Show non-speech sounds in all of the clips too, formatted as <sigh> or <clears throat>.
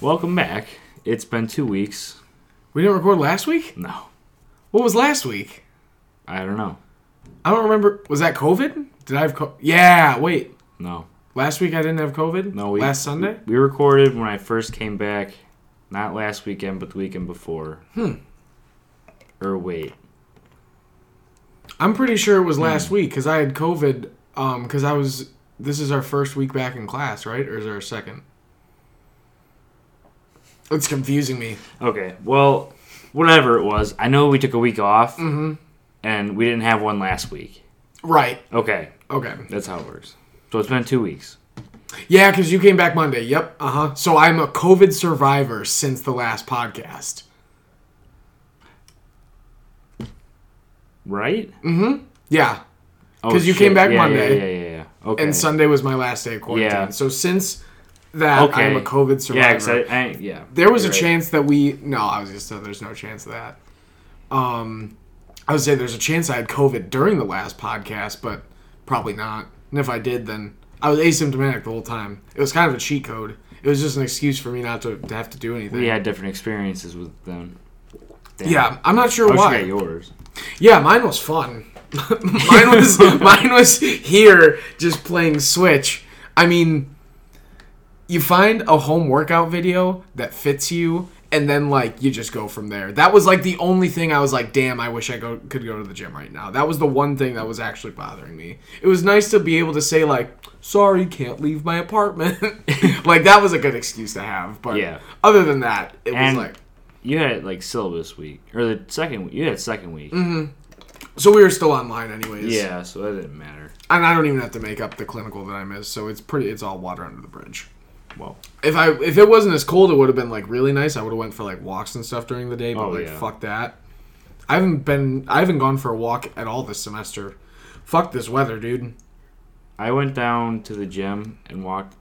Welcome back. It's been two weeks. We didn't record last week? No, What was last week? I don't know. I don't remember. Was that COVID? Did I have co- Yeah, wait. No, Last week I didn't have COVID? no. We, Last Sunday? we recorded when I first came back, not last weekend, but the weekend before. Hmm. Or wait, I'm pretty sure Hmm. it was last week because I had COVID. Um, because I was. This is our first week back in class, right? Or is there a second? It's confusing me. Okay. Well, whatever it was, I know we took a week off, Mm-hmm. and we didn't have one last week. Right. Okay, Okay. that's how it works. So it's been two weeks. Yeah, because you came back Monday. Yep. Uh huh. So I'm a COVID survivor since the last podcast. Right? Yeah. Oh, Mm-hmm. 'Cause you shit. came back Yeah, Monday. Yeah, yeah, yeah. yeah. Okay. And Sunday was my last day of quarantine. Yeah. So since that, Okay. I'm a COVID survivor. yeah, 'cause I, I, yeah. There was a You're right. chance that we no, I was gonna say there's no chance of that. Um, I would say there's a chance I had COVID during the last podcast, but probably not. And if I did, then I was asymptomatic the whole time. It was kind of a cheat code. It was just an excuse for me not to, to have to do anything. We had different experiences with them. Damn. Yeah, I'm not sure I wish I why. got yours. Yeah, mine was fun. <laughs> <laughs> mine was mine was here just playing Switch. I mean, you find a home workout video that fits you and then like you just go from there. That was like the only thing I was like, "Damn, I wish I go could go to the gym right now." That was the one thing that was actually bothering me. It was nice to be able to say like, "Sorry, can't leave my apartment." <laughs> like that was a good excuse to have, but Yeah. other than that, it And- was like You had it like syllabus week or the second week. You had second week. so we were still online anyways. Mm-hmm. Yeah, so that didn't matter. and I don't even have to make up the clinical that I missed, so it's pretty it's all water under the bridge. Well, If I if it wasn't as cold, it would have been like really nice. I would have went for like walks and stuff during the day, but Oh, like yeah. fuck that. I haven't been I haven't gone for a walk at all this semester. Fuck this weather, dude. <laughs> I went down to the gym and walked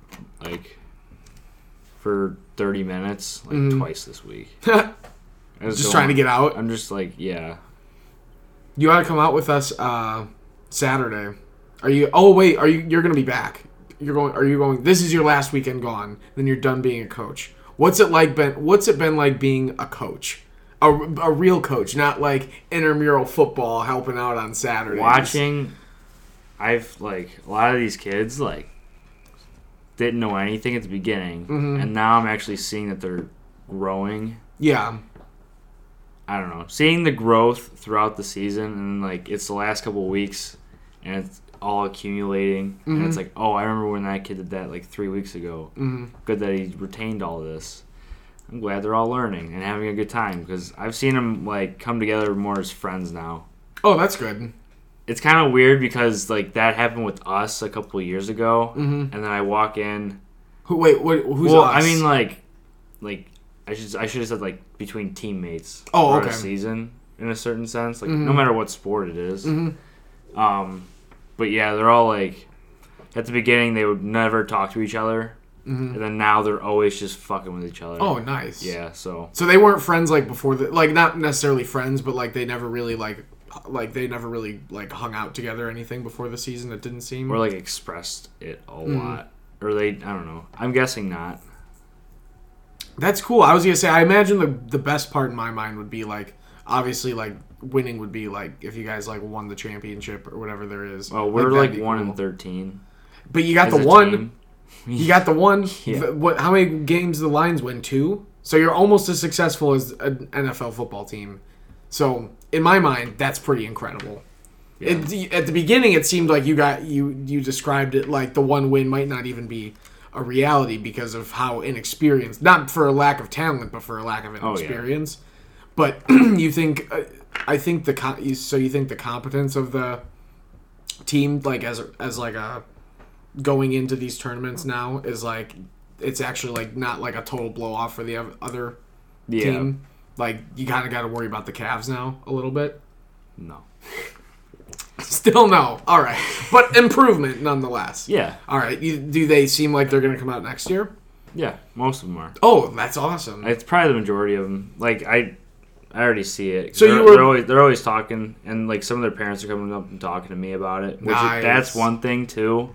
like for 30 minutes like twice this week. I was Just going- trying to get out. I'm just like, yeah. You ought to come out with us uh Saturday. Are you Oh wait, are you you're going to be back. You're going are you going This is your last weekend gone. Then you're done being a coach. What's it like been what's it been like being a coach? A, a real coach, not like intramural football helping out on Saturdays. Watching I've like a lot of these kids like didn't know anything at the beginning and now I'm actually seeing that they're growing. Yeah. I don't know. Seeing the growth throughout the season and like it's the last couple weeks and it's all accumulating and it's like, oh, I remember when that kid did that like three weeks ago. Mhm. Good that he retained all this. I'm glad they're all learning and having a good time because I've seen them like come together more as friends now. Oh, that's good. It's kind of weird because like that happened with us a couple years ago, and then I walk in. Who wait, what who's well, us? I mean like, like I should I should have said like between teammates. Oh, throughout a okay. Mm-hmm. season in a certain sense, like no matter what sport it is. Um, but yeah, they're all like at the beginning they would never talk to each other, and then now they're always just fucking with each other. Mm-hmm. Oh, nice. yeah. So So they weren't friends like before the like not necessarily friends, but like they never really like like they never really like hung out together or anything before the season. It didn't seem. or like expressed it a Mm-hmm. lot, or they I don't know. I'm guessing not. That's cool. I was gonna say I imagine the the best part in my mind would be like obviously like winning would be like if you guys like won the championship or whatever there is. Oh, we're that'd like, be one cool. and thirteen. But you got as the a one. team. You got the one. <laughs> Yeah. The- What? How many games the Lions win? Two. So you're almost as successful as an NFL football team. So in my mind, that's pretty incredible. It, at the beginning, it seemed like you got you you described it like the one win might not even be a reality because of how inexperienced, not for a lack of talent, but for a lack of Oh, yeah. inexperience. But <clears throat> you think uh, I think the co- you- so you think the competence of the team like as as like a going into these tournaments now is like it's actually like not like a total blow off for the oth- other Yeah. team. Like you kind of got to worry about the Cavs now a little bit. <laughs> No. Still no. <laughs> All right, but improvement nonetheless. Yeah. All right. You, do they seem like they're going to come out next year? Yeah. Most of them are. Oh, that's awesome. It's probably the majority of them. Like I, I already see it. So they're, you were- they're always they're always talking, and like some of their parents are coming up and talking to me about it. Which is- Nice. that's one thing too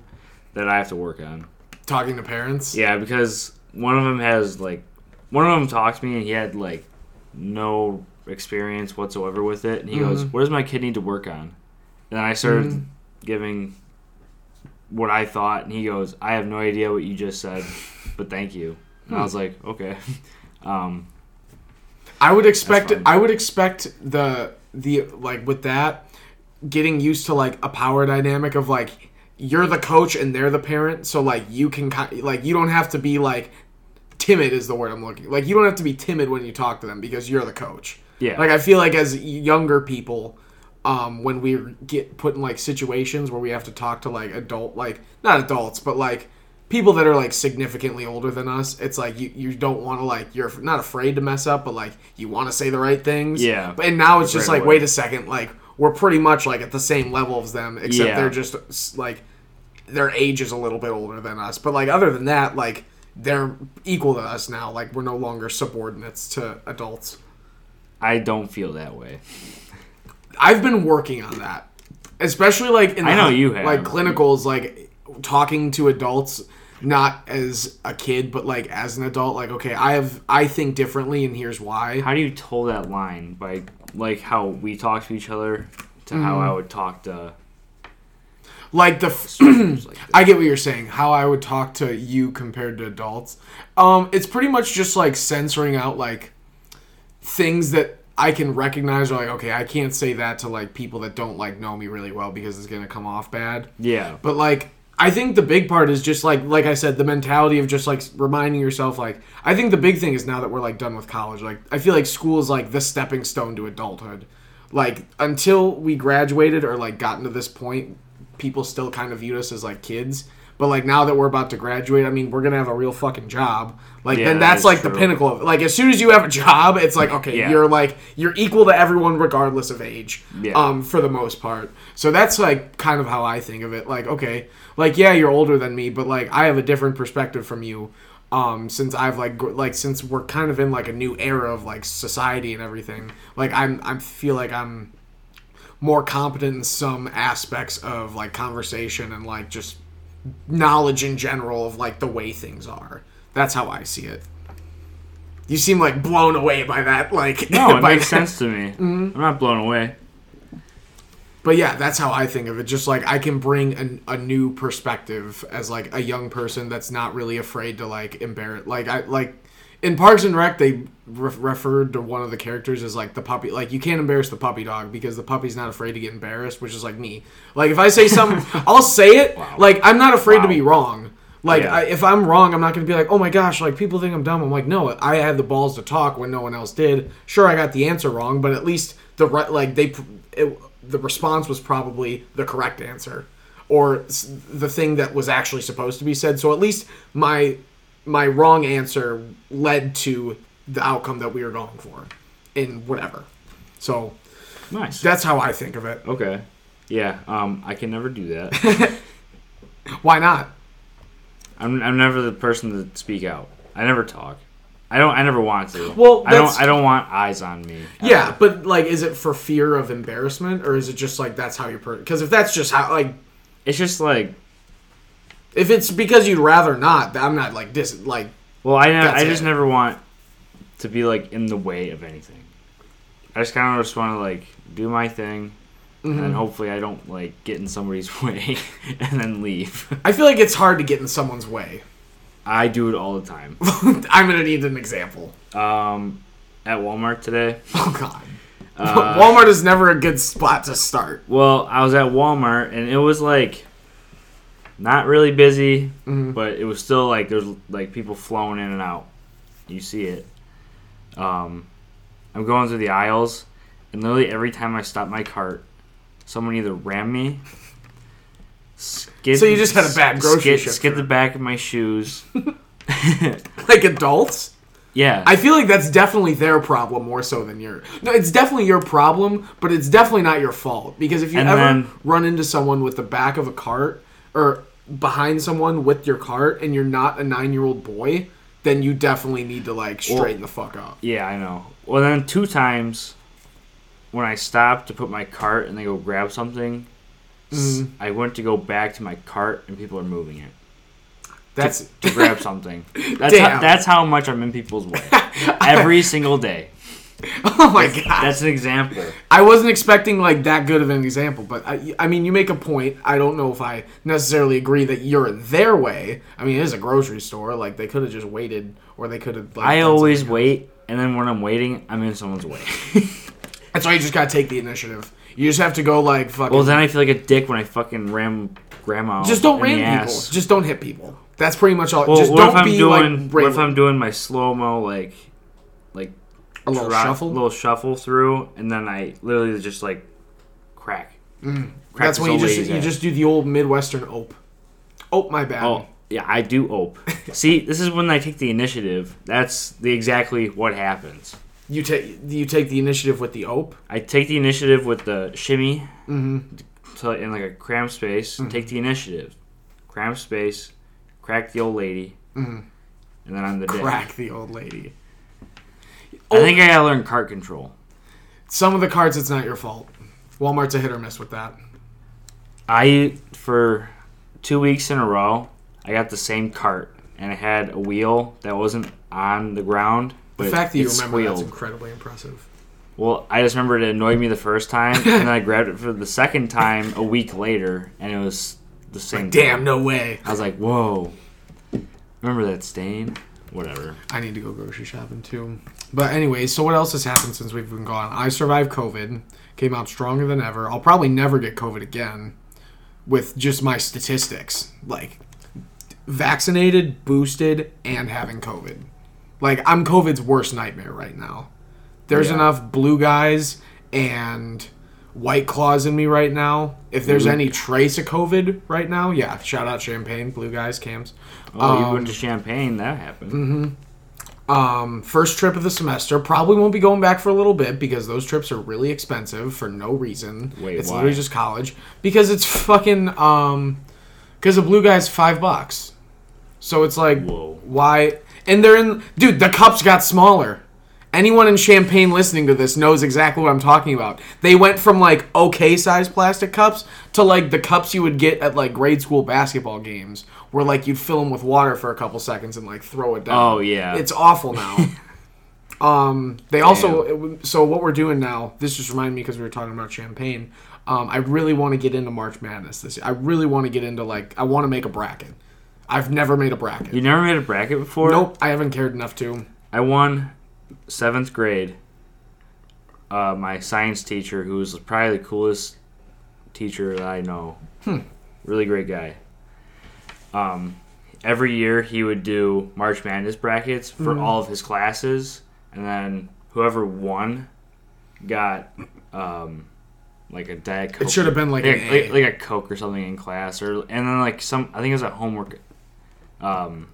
that I have to work on. Talking to parents. Yeah, because one of them has like one of them talked to me and he had like no experience whatsoever with it, and he goes, Mm-hmm. "What does my kid need to work on?" And I started giving what I thought, and he goes, "I have no idea what you just said, but thank you." And Hmm. I was like, "Okay." <laughs> Um, I would expect fine. I would expect the the like with that getting used to like a power dynamic of like you're the coach and they're the parent so like you can ki- like you don't have to be like timid is the word I'm looking like you don't have to be timid when you talk to them because you're the coach. Yeah. Like I feel like as younger people um when we get put in like situations where we have to talk to like adult like not adults but like people that are like significantly older than us it's like you, you don't want to like you're not afraid to mess up but like you want to say the right things Yeah. but and now it's just Right like away. wait a second like we're pretty much like at the same level as them except Yeah. they're just s- like their age is a little bit older than us but like other than that like they're equal to us now like we're no longer subordinates to adults I don't feel that way. I've been working on that, especially like in I know the- you have. like clinicals, like talking to adults, not as a kid, but like as an adult. Like, okay, I have I think differently, and here's why. How do you toe that line by like how we talk to each other to how Mm-hmm. I would talk to <clears throat> Like the f- strangers like that? I get what you're saying. How I would talk to you compared to adults. Um, it's pretty much just like censoring out like things that I can recognize. Or like, okay, I can't say that to like people that don't like know me really well because it's gonna come off bad. Yeah. <laughs> But like I think the big part is just like like I said the mentality of just like reminding yourself like I think the big thing is now that we're like done with college like I feel like school is like the stepping stone to adulthood. Like until we graduated or like gotten to this point people still kind of viewed us as like kids. But like now that we're about to graduate, I mean, we're gonna have a real fucking job. Like Yeah, then that that's is like the true. pinnacle of like as soon as you have a job, it's like okay, Yeah. you're like you're equal to everyone regardless of age Yeah. um, for the most part. So that's like kind of how I think of it. Like, okay, like yeah, you're older than me, but like I have a different perspective from you. Um, since I've like gr- like since we're kind of in like a new era of like society and everything, like I'm I feel like I'm more competent in some aspects of like conversation and like just knowledge in general of like the way things are. That's how I see it. You seem like blown away by that, like <laughs> No, it by makes sense to <laughs> me. Mm-hmm. I'm not blown away. But yeah, that's how I think of it. Just like I can bring an, a new perspective as like a young person that's not really afraid to like embarrass. Like I like in Parks and Rec, they re- referred to one of the characters as like the puppy. Like you can't embarrass the puppy dog because the puppy's not afraid to get embarrassed, which is like me. Like if I say something, I'll say it. Like I'm not afraid to Wow. be wrong. Like Yeah. I, if I'm wrong, I'm not gonna be like, oh my gosh, like people think I'm dumb. I'm like, no, I had the balls to talk when no one else did. Sure, I got the answer wrong, but at least the right, like they, pr- it, the response was probably the correct answer, or s- the thing that was actually supposed to be said. So at least my my wrong answer led to the outcome that we were going for, in whatever. So Nice. that's how I think of it. Okay. Yeah. Um, I can never do <laughs> that. Why not? I'm, I'm never the person to speak out. I never talk. I don't. I never want to. Well, I don't. that's- I don't want eyes on me. Yeah, but like, is it for fear of embarrassment, or is it just like that's how you? Because if that's just how, like, It's just like. if it's because you'd rather not, I'm not like dis. Like, Well, I. Ne- That's I just it. never want to be like in the way of anything. I just kind of just want to like do my thing, and Mm-hmm. then hopefully I don't like get in somebody's <laughs> way and then leave. I feel like it's hard to get in someone's way. <laughs> I do it all the time. I'm gonna need an example. Um, at Walmart today. Oh God, Walmart is never a good spot to start. <laughs> Well, I was at Walmart and it was like not really busy, Mm-hmm. but it was still like there's like people flowing in and out. You see it. Um, I'm going through the aisles, and literally every time I stop my cart, someone either rammed <laughs> me. Skid, So you just had a bad grocery skid, ship skid the back of my shoes. Like adults, <laughs> Yeah, I feel like that's definitely their problem more so than your. No, it's definitely your problem, but it's definitely not your fault because if you And ever then- run into someone with the back of a cart or behind someone with your cart and you're not a nine year old boy, then you definitely need to like straighten the fuck up. Yeah, I know. Well, then two times when I stopped to put my cart and they go grab Mm-hmm. something, s- I went to go back to my cart and people are moving it. That's <laughs> <laughs> to grab something. That's Damn. how, that's how much I'm in people's <laughs> way every single day. oh my god. That's an example. I wasn't expecting like that good of an example, but I, I mean, you make a point. I don't know if I necessarily agree that you're their way. I mean, it is a grocery store. Like they could have just waited, or they could have. Like, I done always wait, and then when I'm waiting, I'm in someone's <laughs> way. something. That's why you just gotta take the initiative. You just have to go like fucking. Well, then I feel like a dick when I fucking ram grandma. just don't in the ram people. ass. Just don't hit people. That's pretty much all. Well, just what if don't I'm be doing? like what railing. if I'm doing my slow mo like, like a little trot- shuffle. little shuffle through, and then I literally just like crack. crack Mm. this That's when you old just lady's you ass. just do the old midwestern ope. Ope, my bad. Oh yeah, I do <laughs> ope. See, this is when I take the initiative. That's the exactly what happens. You take you take the initiative with the ope. I take the initiative with the shimmy Mm-hmm. to, in like a cram space. Take the initiative, cram space, crack the old lady, and then I'm the dick. Mm-hmm. Crack the old lady. I think I gotta learn cart control. Some of the cards, it's not your fault. Walmart's a hit or miss with that. I for two weeks in a row, I got the same cart, and it had a wheel that wasn't on the ground. But The it- fact that you it remember that's squealed. incredibly impressive. Well, I just remembered it annoyed me the first <laughs> time, and then I grabbed it for the second time a week later, and it was the same. Damn, thing. no way. I was like, whoa. Remember that stain? Whatever. I need to go grocery shopping too. But anyway, so what else has happened since we've been gone? I survived COVID, came out stronger than ever. I'll probably never get COVID again with just my statistics. Like vaccinated, boosted, and having COVID. Like I'm COVID's worst nightmare right now. There's Yeah. enough blue guys and white claws in me right now. If there's any trace of COVID right now, yeah, shout out champagne, blue guys, cams. Oh, you went to Champagne. That happened. mm-hmm. Um, first trip of the semester. Probably won't be going back for a little bit because those trips are really expensive for no reason. Wait, it's why? literally just college because it's fucking um, because a blue guy's five bucks, so it's like Whoa. why? And they're in, dude. The cups got smaller. Anyone in Champagne listening to this knows exactly what I'm talking about. They went from like okay sized plastic cups to like the cups you would get at like grade school basketball games, where like you'd fill them with water for a couple seconds and like throw it down. Oh yeah. It's <laughs> awful now. um, they also so what we're doing now. This just reminded me because we were talking about champagne. Um, I really want to get into March Madness this. year. I really want to get into like I want to make a bracket. I've never made a bracket. you never made a bracket before. nope, I haven't cared enough to. I won seventh grade. Uh, my science teacher, who was probably the coolest teacher that I know, really great guy. Um, every year he would do March Madness brackets for all of his classes, and then whoever won got um, like a diet. Coke. It should have been like, like, an a- A. like, like a coke or something in class or and then like some i think it was a homework um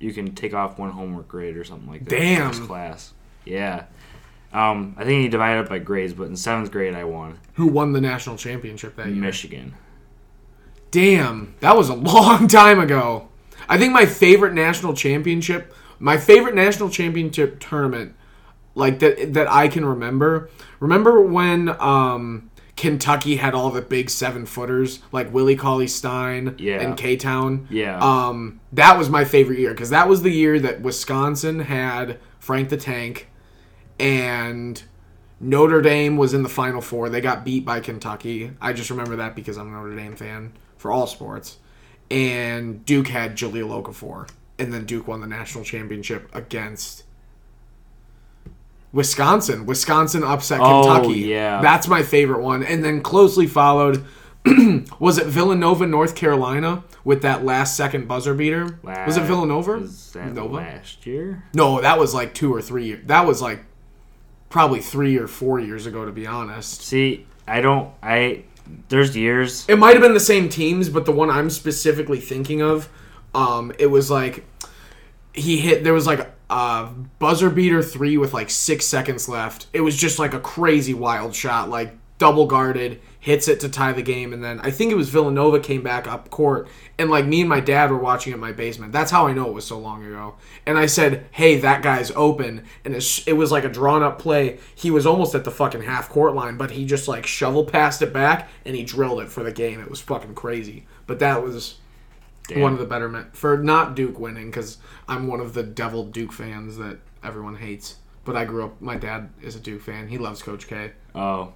you can take off one homework grade or something like that in Damn. this class yeah um i think he divided up by grades but in seventh grade i won who won the national championship that year. michigan Damn, that was a <laughs> long time ago. I think my favorite national championship, my favorite national championship tournament, like that that I can remember. Remember when um, Kentucky had all the big seven footers, like Willie Cauley Stein Yeah. and K Town. yeah Um, that was my favorite year because that was the year that Wisconsin had Frank the Tank, and Notre Dame was in the Final Four. They got beat by Kentucky. I just remember that because I'm a Notre Dame fan for all sports. And Duke had Jaleel Okafor, and then Duke won the national championship against Wisconsin. Wisconsin upset Oh, Kentucky. yeah. that's my favorite one. And then closely followed <clears throat> was it Villanova, North Carolina, with that last second buzzer beater? was it Last- Villanova? was that Nova? last year No, that was like two or three. Year, that was like probably three or four years ago, to be honest. see i don't i there's years It might have been the same teams, but the one I'm specifically thinking of, um, it was like he hit. There was like a buzzer beater three with like six seconds left. It was just like a crazy wild shot, like double guarded, hits it to tie the game, and then I think it was Villanova came back up court, and like me and my dad were watching it in my basement. That's how I know it was so long ago. And I said, "Hey, that guy's open," and it's- it was like a drawn up play. He was almost at the fucking half court line, but he just like shovel passed it back and he drilled it for the game. It was fucking crazy. But that was Damn. One of the better men for not Duke winning because I'm one of the devil Duke fans that everyone hates. But I grew up. My dad is a Duke fan. He loves Coach K. Oh,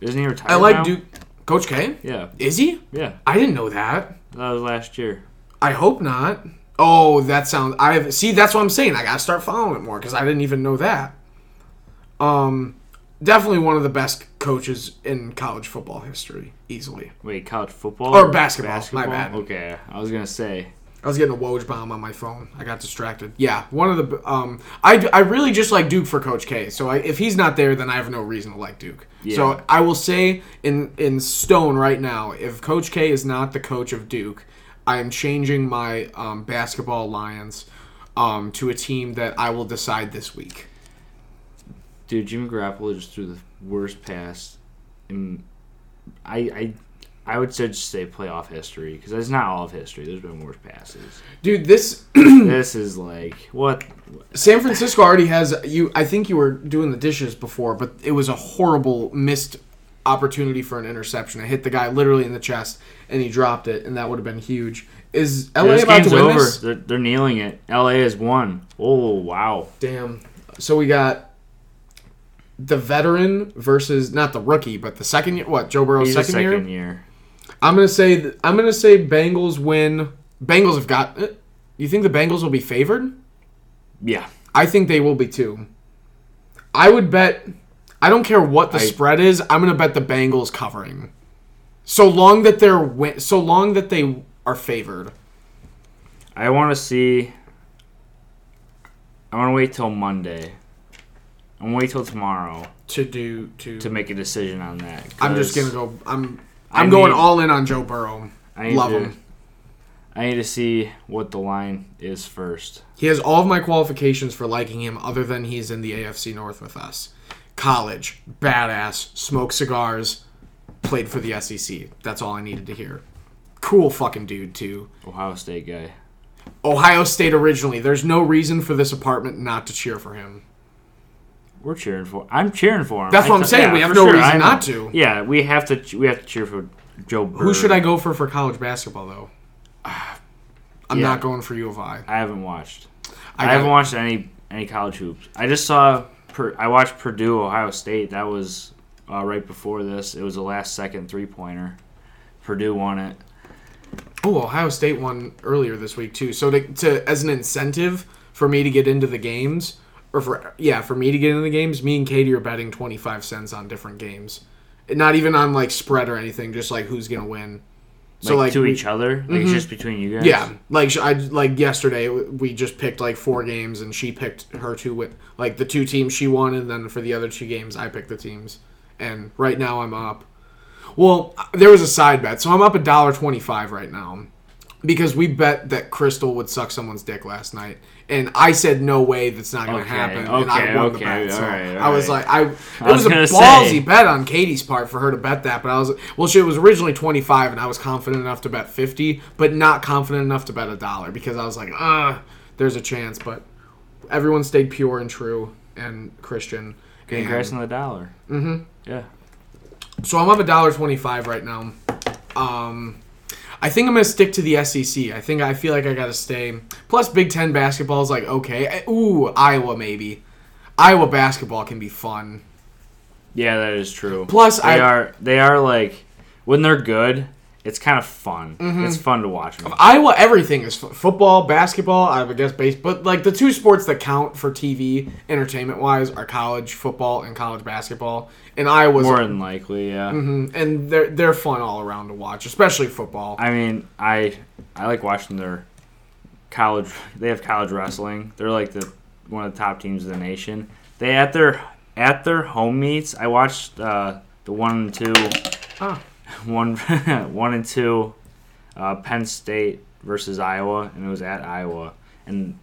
isn't he retired? I like now? Duke. Coach K. Yeah, Is he? yeah. I didn't know that. That was last year. I hope not. Oh, that sounds. I have see. That's what I'm saying. I gotta start following it more because I didn't even know that. Um, definitely one of the best coaches in college football history, easily. Wait, college football Or basketball, my bad. Okay, I was gonna say. I was getting a Woj bomb on my phone. I got distracted. Yeah, one of the. Um, I, I really just like Duke for Coach K. So I, if he's not there, then I have no reason to like Duke. Yeah. So I will say in in stone right now, if Coach K is not the coach of Duke, I am changing my um, basketball alliance um, to a team that I will decide this week. Dude, Jimmy Garoppolo just threw the worst pass, in I I I would say just say playoff history because that's not all of history. There's been worse <clears throat> passes. Dude, this this is like what? San Francisco already has you. I think you were doing the dishes before, but it was a horrible missed opportunity for an interception. It hit the guy literally in the chest, and he dropped it, and that would have been huge. Is LA this about to game's win over. this? They're, they're kneeling it. LA has won. Oh wow. Damn. So we got the veteran versus not the rookie, but the second year. What Joe Burrow's He's second, second, second year? year. I'm gonna say th- I'm gonna say Bengals win. Bengals have got. eh, You think the Bengals will be favored? Yeah. I think they will be too. I would bet. I don't care what the I- spread is. I'm gonna bet the Bengals covering. So long that they're win- so long that they are favored. I want to see. I want to wait till Monday. I'm gonna wait till tomorrow To do to. to make a decision on that. I'm just 'cause gonna go. I'm. I I'm going need- all in on Joe Burrow. I need love to, him. I need to see what the line is first. He has all of my qualifications for liking him, other than he's in the AFC North with us. College, badass, smoked cigars, played for the SEC. That's all I needed to hear. Cool fucking dude too. Ohio State guy. Ohio State originally. There's no reason for this apartment not to cheer for him. We're cheering for. I'm cheering for him. That's what I'm th- saying. We have for no reason I know. not to. Yeah, we have to. ch- We have to cheer for Joe. Burrow. Who should I go for for college basketball though? <sighs> I'm Yeah. not going for U of I. I haven't watched. I, I haven't got- watched any any college hoops. I just saw. Per, I watched Purdue Ohio State. That was uh, right before this. It was a last second three pointer. Purdue won it. Oh, Ohio State won earlier this week too. So to, to as an incentive for me to get into the games, or for yeah, for me to get into the games, me and Katie are betting 25 cents on different games, And not even on like spread or anything, just like who's gonna win. Like, So like to we- Mm-hmm. each other. Like it's just between you guys. Yeah, like sh- I like yesterday we just picked like four games and she picked her two win like the two teams she won and then for the other two games I picked the teams and right now I'm up. Well, uh, there was a side bet, so I'm up a dollar twenty five right now because we bet that Crystal would suck someone's dick last night and I said no way that's not going to Okay, happen and okay, I won the okay, bet. So alright, I was alright. like I it I was, was a gonna ballsy say. bet on Katie's part for her to bet that, but I was well, she was originally twenty five, and I was confident enough to bet fifty, but not confident enough to bet a dollar because I was like, ah, there's a chance. But everyone stayed pure and true and Christian. Congrats And- on the dollar. Mm-hmm. Yeah. so I'm up a dollar twenty five right now. Um, I think I'm gonna stick to the SEC. I think I feel like I gotta stay. Plus, Big Ten basketball is like okay. I- Ooh, Iowa maybe. Iowa basketball can be fun. Yeah, that is true. Plus, they I- are they are like when they're good, it's kind of fun. Mm-hmm. It's fun to watch them. Iowa, everything is f- football, basketball, I would guess base, but like the two sports that count for TV entertainment wise are college football and college basketball. And Iowa's More than likely, yeah. Mhm, and they're they're fun all around to watch, especially football. I mean, I I like watching their college. They have college wrestling. They're like the one of the top teams in the nation. They at their at their home meets. I watched uh, the one and two, Ah. <laughs> one one and two, uh, Penn State versus Iowa, and it was at Iowa. And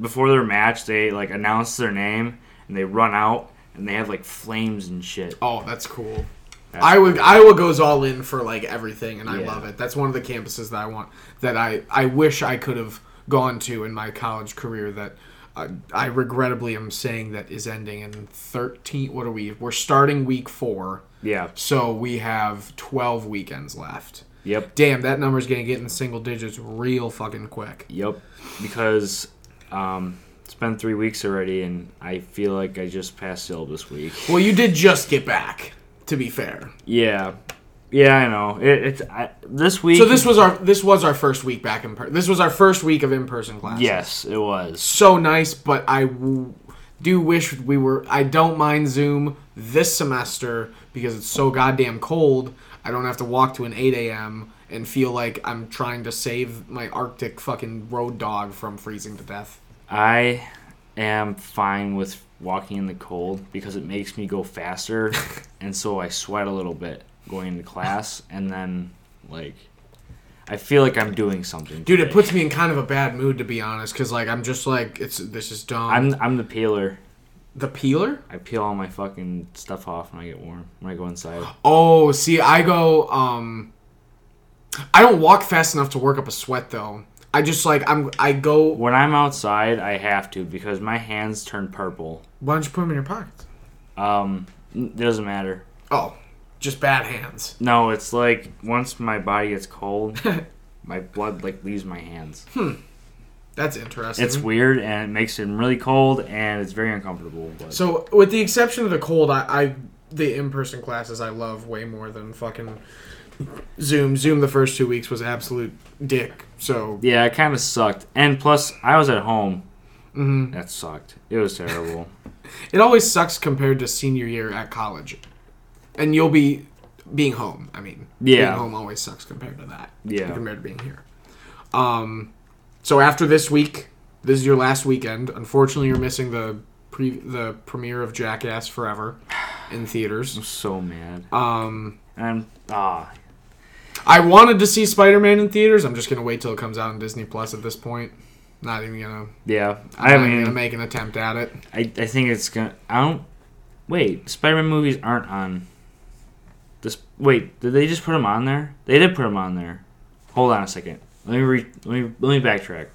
before their match, they like announce their name and they run out and they have like flames and shit. Oh, that's cool. That's Iowa Iowa goes all in for like everything, and I Yeah. love it. That's one of the campuses that I want that I I wish I could have gone to in my college career. That I, I regrettably am saying that is ending in thirteen. What are we? We're starting week four. Yeah, So we have 12 weekends left. Yep. Damn, that number's gonna get in the single digits real fucking quick. Yep. Because um, it's been three weeks already, and I feel like I just passed syllabus week. Well, you did just get back. To be fair, Yeah. Yeah, I know. It, it's I, this week. so this was our this was our first week back in person. This was our first week of in person class. Yes, it was. so nice, but I w- do wish we were. I don't mind Zoom this semester because it's so goddamn cold. I don't have to walk to an 8 a.m. and feel like I'm trying to save my Arctic fucking road dog from freezing to death. I am fine with walking in the cold because it makes me go <laughs> faster, and so I sweat a little bit going into class, and then like I feel like I'm doing something. Dude, it today. puts me in kind of a bad mood to be honest, because like I'm just like it's this is dumb. I'm I'm the peeler. the peeler. I peel all my fucking stuff off when I get warm when I go inside. Oh, see, I go. um I don't walk fast enough to work up a sweat though. I just like I'm. I go. When I'm outside, I have to because my hands turn purple. Why don't you put them in your pockets? Um, it doesn't matter. Oh, just bad hands. No, it's like once my body gets <laughs> cold, my blood like leaves my <laughs> hands. That's interesting. It's weird and it makes it really cold and it's very uncomfortable. But so, with the exception of the cold, I, I the in-person classes I love way more than fucking Zoom. Zoom the first two weeks was absolute dick. So yeah, it kind of sucked. And plus, I was at home. Mm-hmm. That sucked. It was terrible. <laughs> it always sucks compared to senior year at college, and you'll be being home. I mean, being Yeah. home always sucks compared to that. Yeah. compared to being here. Um, so after this week, this is your last weekend. Unfortunately, you're missing the pre the premiere of Jackass Forever in theaters. I'm so mad. Um. And I'm ah. I wanted to see Spider Man in theaters. I'm just gonna wait till it comes out on Disney Plus at this point. Not even gonna. Yeah, I'm I not even mean, gonna make an attempt at it. I, I think it's gonna. I don't. Wait, Spider-Man movies aren't on. This wait, did they just put them on there? They did put them on there. Hold on a second. Let me re, let me let me backtrack.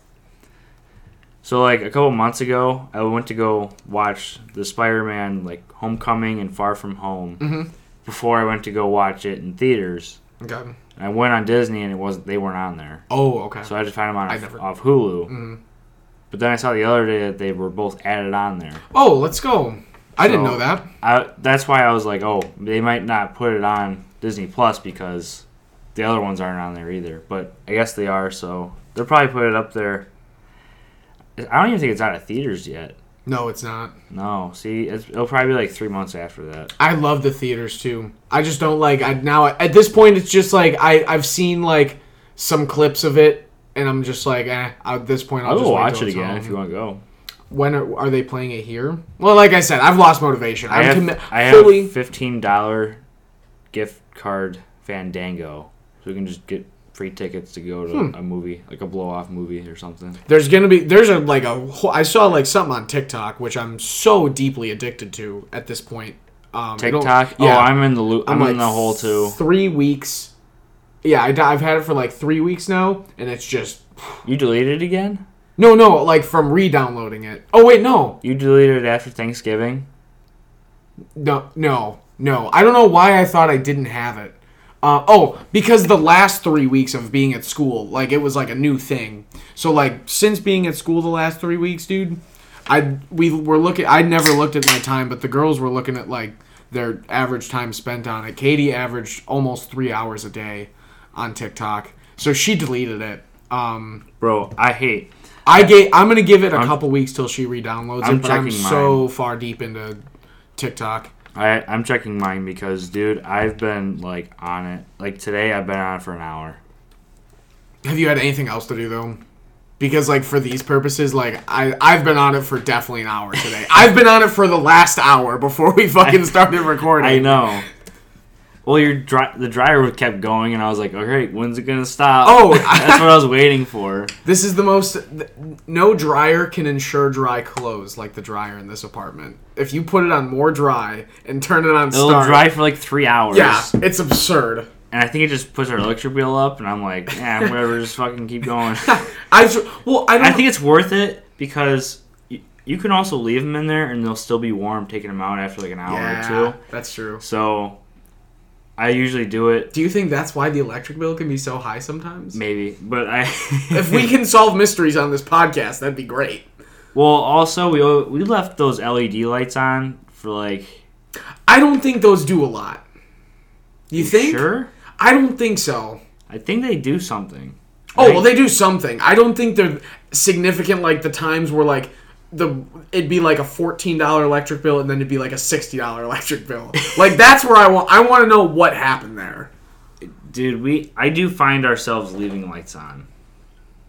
So like a couple months ago, I went to go watch the Spider-Man like Homecoming and Far From Home Mhm. before I went to go watch it in theaters. Okay. And I went on Disney and it wasn't they weren't on there. Oh, okay. So I just found them on I off, never- off Hulu. Mhm. But then I saw the other day that they were both added on there. Oh, let's go. I didn't So- know that. I, that's why I was like, oh, they might not put it on Disney Plus because the other ones aren't on there either. But I guess they are, so they'll probably put it up there. I don't even think it's out of theaters yet. No, it's not. No, see, it's, it'll probably be like three months after that. I love the theaters too. I just don't like. I now at this point, it's just like I I've seen like some clips of it, and I'm just like, eh. At this point, I'll, I'll just go wait watch till it it's again on. if you want to go. When are, are they playing it here? Well, like I said, I've lost motivation. I I'm have, commi- I have fully. fifteen dollar gift card Fandango, so we can just get free tickets to go to a movie, like a blow off movie or something. There's gonna be there's a like a whole, I saw like something on TikTok which I'm so deeply addicted to at this point. Um, I don't- TikTok. Oh, I'm in the loop. I'm, in the hole too. Three weeks. Yeah, I, have had it for like three weeks now, and it's just You deleted it again? no, no, like from re-downloading it. Oh wait, no, You deleted it after Thanksgiving? no, no, no. I don't know why I thought I didn't have it. Uh, oh, because the last three weeks of being at school, like it was like a new thing. So like since being at school the last three weeks, dude, I we were looking. I never looked at my time, but the girls were looking at like their average time spent on it. Katie averaged almost three hours a day on TikTok, so she deleted it. Um, Bro, I hate. I gave. I'm gonna give it a couple weeks till she re-downloads I'm it. But I'm checking so far deep into TikTok. I, I'm checking mine because, dude, I've been, like, on it. Like, today I've been on it for an hour. Have you had anything else to do though? Because like for these purposes, like I I've been on it for definitely an <laughs> hour today. I've been on it for the last hour before we fucking started recording. I know. Well, your dry, the dryer kept going, and I was like, okay, when's it going to stop? Oh. <laughs> That's what I was waiting for. This is the most. th- No dryer can ensure dry clothes like the dryer in this apartment. If you put it on more dry and turn it on It'll start, dry for, like, three hours. yeah, it's absurd. <laughs> And I think it just puts our electric bill up, and I'm like, eh, whatever, just fucking keep going. I ju- well, I don't. I think it's worth it because you, you can also leave them in there, and they'll still be warm taking them out after, like, an hour yeah, or two. that's true. So I usually do it Do you think that's why the electric bill can be so high sometimes? maybe, but I If we can solve mysteries on this podcast, that'd be great. <laughs> well also we o- we left those LED lights on for like I don't think those do a lot. You, think? sure. I don't think so. I think they do something. Oh Right? well, they do something. I don't think they're significant. Like the times where like the it'd be like a fourteen dollar electric bill, and then it'd be like a sixty dollar <laughs> electric bill. like that's where I want. I want to know what happened there. dude, we I do find ourselves leaving lights on.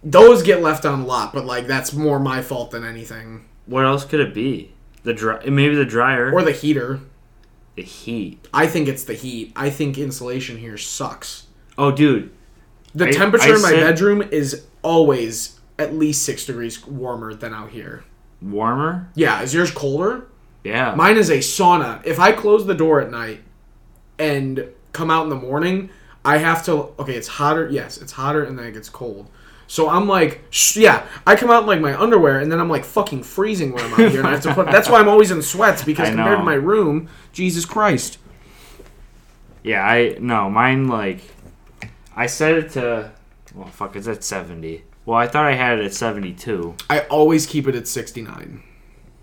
Those get left on a lot, but like that's more my fault than anything. What else could it be? The dry, maybe the dryer Or the heater. the heat. I think it's the heat. I think insulation here sucks. Oh, dude, The I- temperature I in my said- bedroom is always at least six degrees warmer than out here. warmer. Yeah, is yours colder? Yeah, Mine is a sauna. If I close the door at night and come out in the morning, I have to. Okay, it's hotter. Yes, it's hotter, and then it gets cold. So I'm like, sh- yeah. I come out in like my underwear, and then I'm like fucking freezing when I'm out here, and I have to put. That's why I'm always in sweats <laughs> because I compared to know. my room, Jesus Christ. yeah. I no, mine like I set it to. Well, fuck, it's at seventy. Well, I thought I had it at seventy-two. I always keep it at 69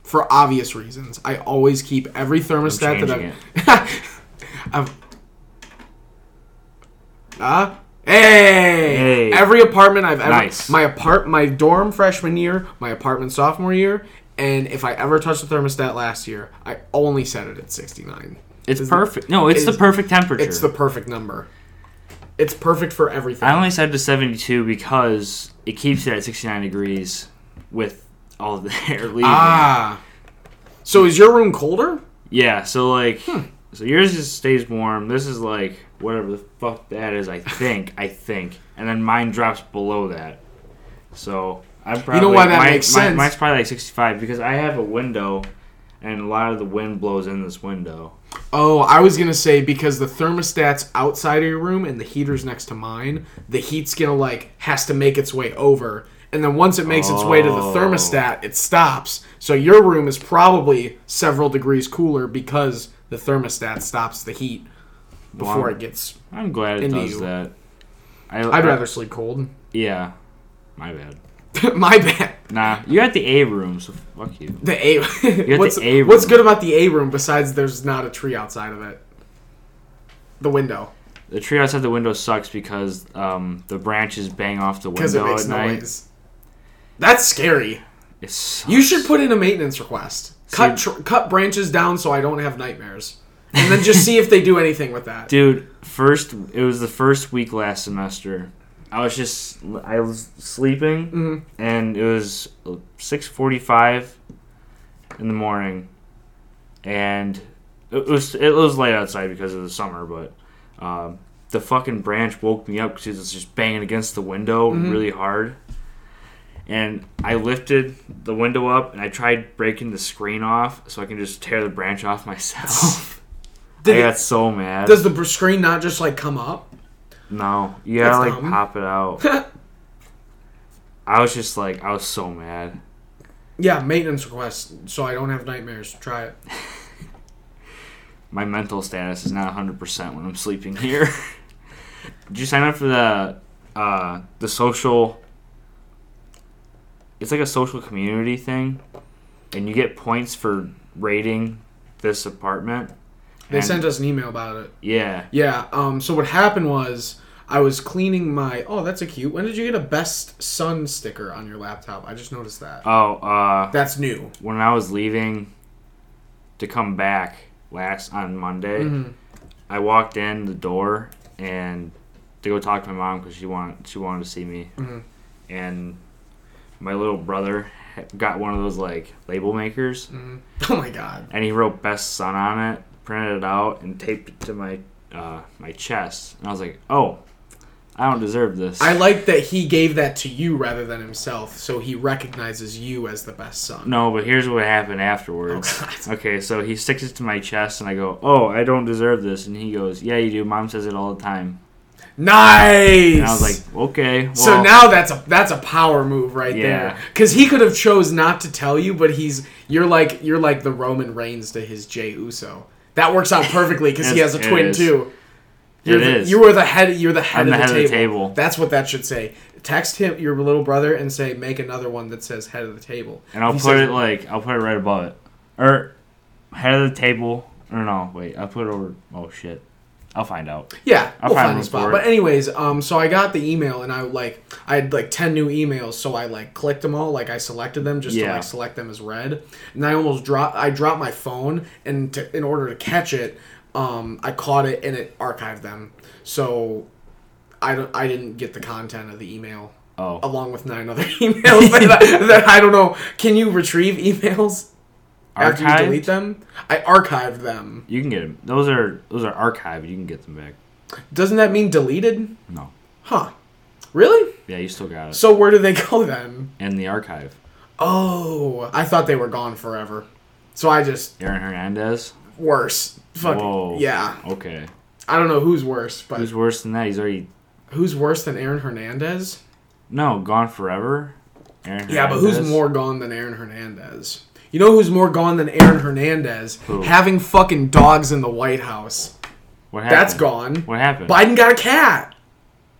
for obvious reasons. I always keep every thermostat changing that I've. <laughs> I've Ah. Hey! Hey. Every apartment I've ever Nice. my apart my dorm freshman year, my apartment sophomore year, and if I ever touched the thermostat last year, I only set it at 69. It's Is the- perfect. no, it's is- the perfect temperature. It's the perfect number. It's perfect for everything. I only set it to seventy-two because it keeps it at sixty-nine degrees with all the <laughs> air leaving. ah. So is your room colder? Yeah, so like, Hmm. so yours just stays warm. This is like whatever the fuck that is. I think, I think, and then mine drops below that. So I'm probably why that my- makes my- sense? Mine's probably like 65 because I have a window, and a lot of the wind blows in this window. Oh, I was gonna say because the thermostat's outside of your room and the heater's next to mine, the heat's gonna like has to make its way over, and then once it makes its way to the Oh. thermostat, it stops. So your room is probably several degrees cooler because the thermostat stops the heat before Wow. it gets. I'm glad it Into does you. that. I, I'd rather sleep cold. <laughs> Yeah, my bad. My bad. Nah, you got the A room, so fuck you. The A. <laughs> the what's A room. what's good about the A room besides there's not a tree outside of it? The window The tree outside the window sucks because um, the branches bang off the because it window makes at night. noise. That's scary. It's You should put in a maintenance request. Cut tr- cut branches down so I don't have nightmares, and then just see if they do anything with that. Dude, first it was the first week last semester. I was just I was sleeping, Mm-hmm. and it was six forty-five in the morning, and it was it was late outside because of the summer. But um, the fucking branch woke me up because it was just banging against the window Mm-hmm. really hard, and I lifted the window up and I tried breaking the screen off so I can just tear the branch off myself. <laughs> Did I it- got so mad. does the br- screen not just like come up? <laughs> No, you gotta That's like dumb. pop it out. I was just like, I was so mad. yeah, maintenance request so I don't have nightmares. Try it. My mental status is not 100% when I'm sleeping here. <laughs> Did you sign up for the uh, the social? It's like a social community thing, and you get points for rating this apartment. They And- sent us an email about it. Yeah, Yeah. Um. So what happened was I was cleaning my. Oh, that's a cute. When did you get a best sun sticker on your laptop? I just noticed that. Oh, uh, That's new. when I was leaving to come back last on Monday, Mm-hmm. I walked in the door and to go talk to my mom because she wanted she wanted to see me, Mm-hmm. and my little brother ha- got one of those like label makers Oh my god. and he wrote best son on it, printed it out, and taped it to my uh, my chest, and I was like, oh, I don't deserve this. I like that he gave that to you rather than himself, so he recognizes you as the best son. No, but here's what happened afterwards. okay, so he sticks it to my chest, and I go, "Oh, I don't deserve this," and he goes, "Yeah, you do. Mom says it all the time." Nice. And I was like, "Okay." Well, so now that's a that's a power move right Yeah. there. Because he could have chose not to tell you, but he's you're like you're like the Roman Reigns to his Jay Uso. That works out perfectly because he Yes, has a it twin is. too. You're It the, is. You are the head. You're the I'm head, of, the the head table. of the table. That's what that should say. Text him your little brother and say make another one that says head of the table. And I'll He put says- it like I'll put it right above it, or head of the table. Or no, wait, I'll put it over. Oh shit, I'll find out. Yeah, I'll find we'll find one the spot. for it. But anyways, um, so I got the email and I like I had like ten new emails, so I like clicked them all, like I selected them just to Yeah. like select them as red, and I almost dropped. I dropped my phone, and to, in order to catch it, um, I caught it and it archived them. So I don't. I didn't get the content of the email. Oh, Along with nine other <laughs> emails <laughs> that, I, that I don't know. Can you retrieve emails after you delete archived. them? I archived them. You can get them. Those are those are archived. You can get them back. Doesn't that mean deleted? No, Huh. Really? yeah, you still got it So where do they <laughs> go then? in the archive. Oh, I thought they were gone forever. So I just Aaron Hernandez. worse. Fuck Whoa. yeah. Okay. I don't know who's worse, but Who's who's, worse than that? He's already worse than Aaron Hernandez? no gone forever. Aaron Yeah, but who's Hernandez? more gone than Aaron Hernandez? You know who's more gone than Aaron Hernandez? Who? Having fucking dogs in the White House. What happened? That's gone. What happened? Biden got a cat.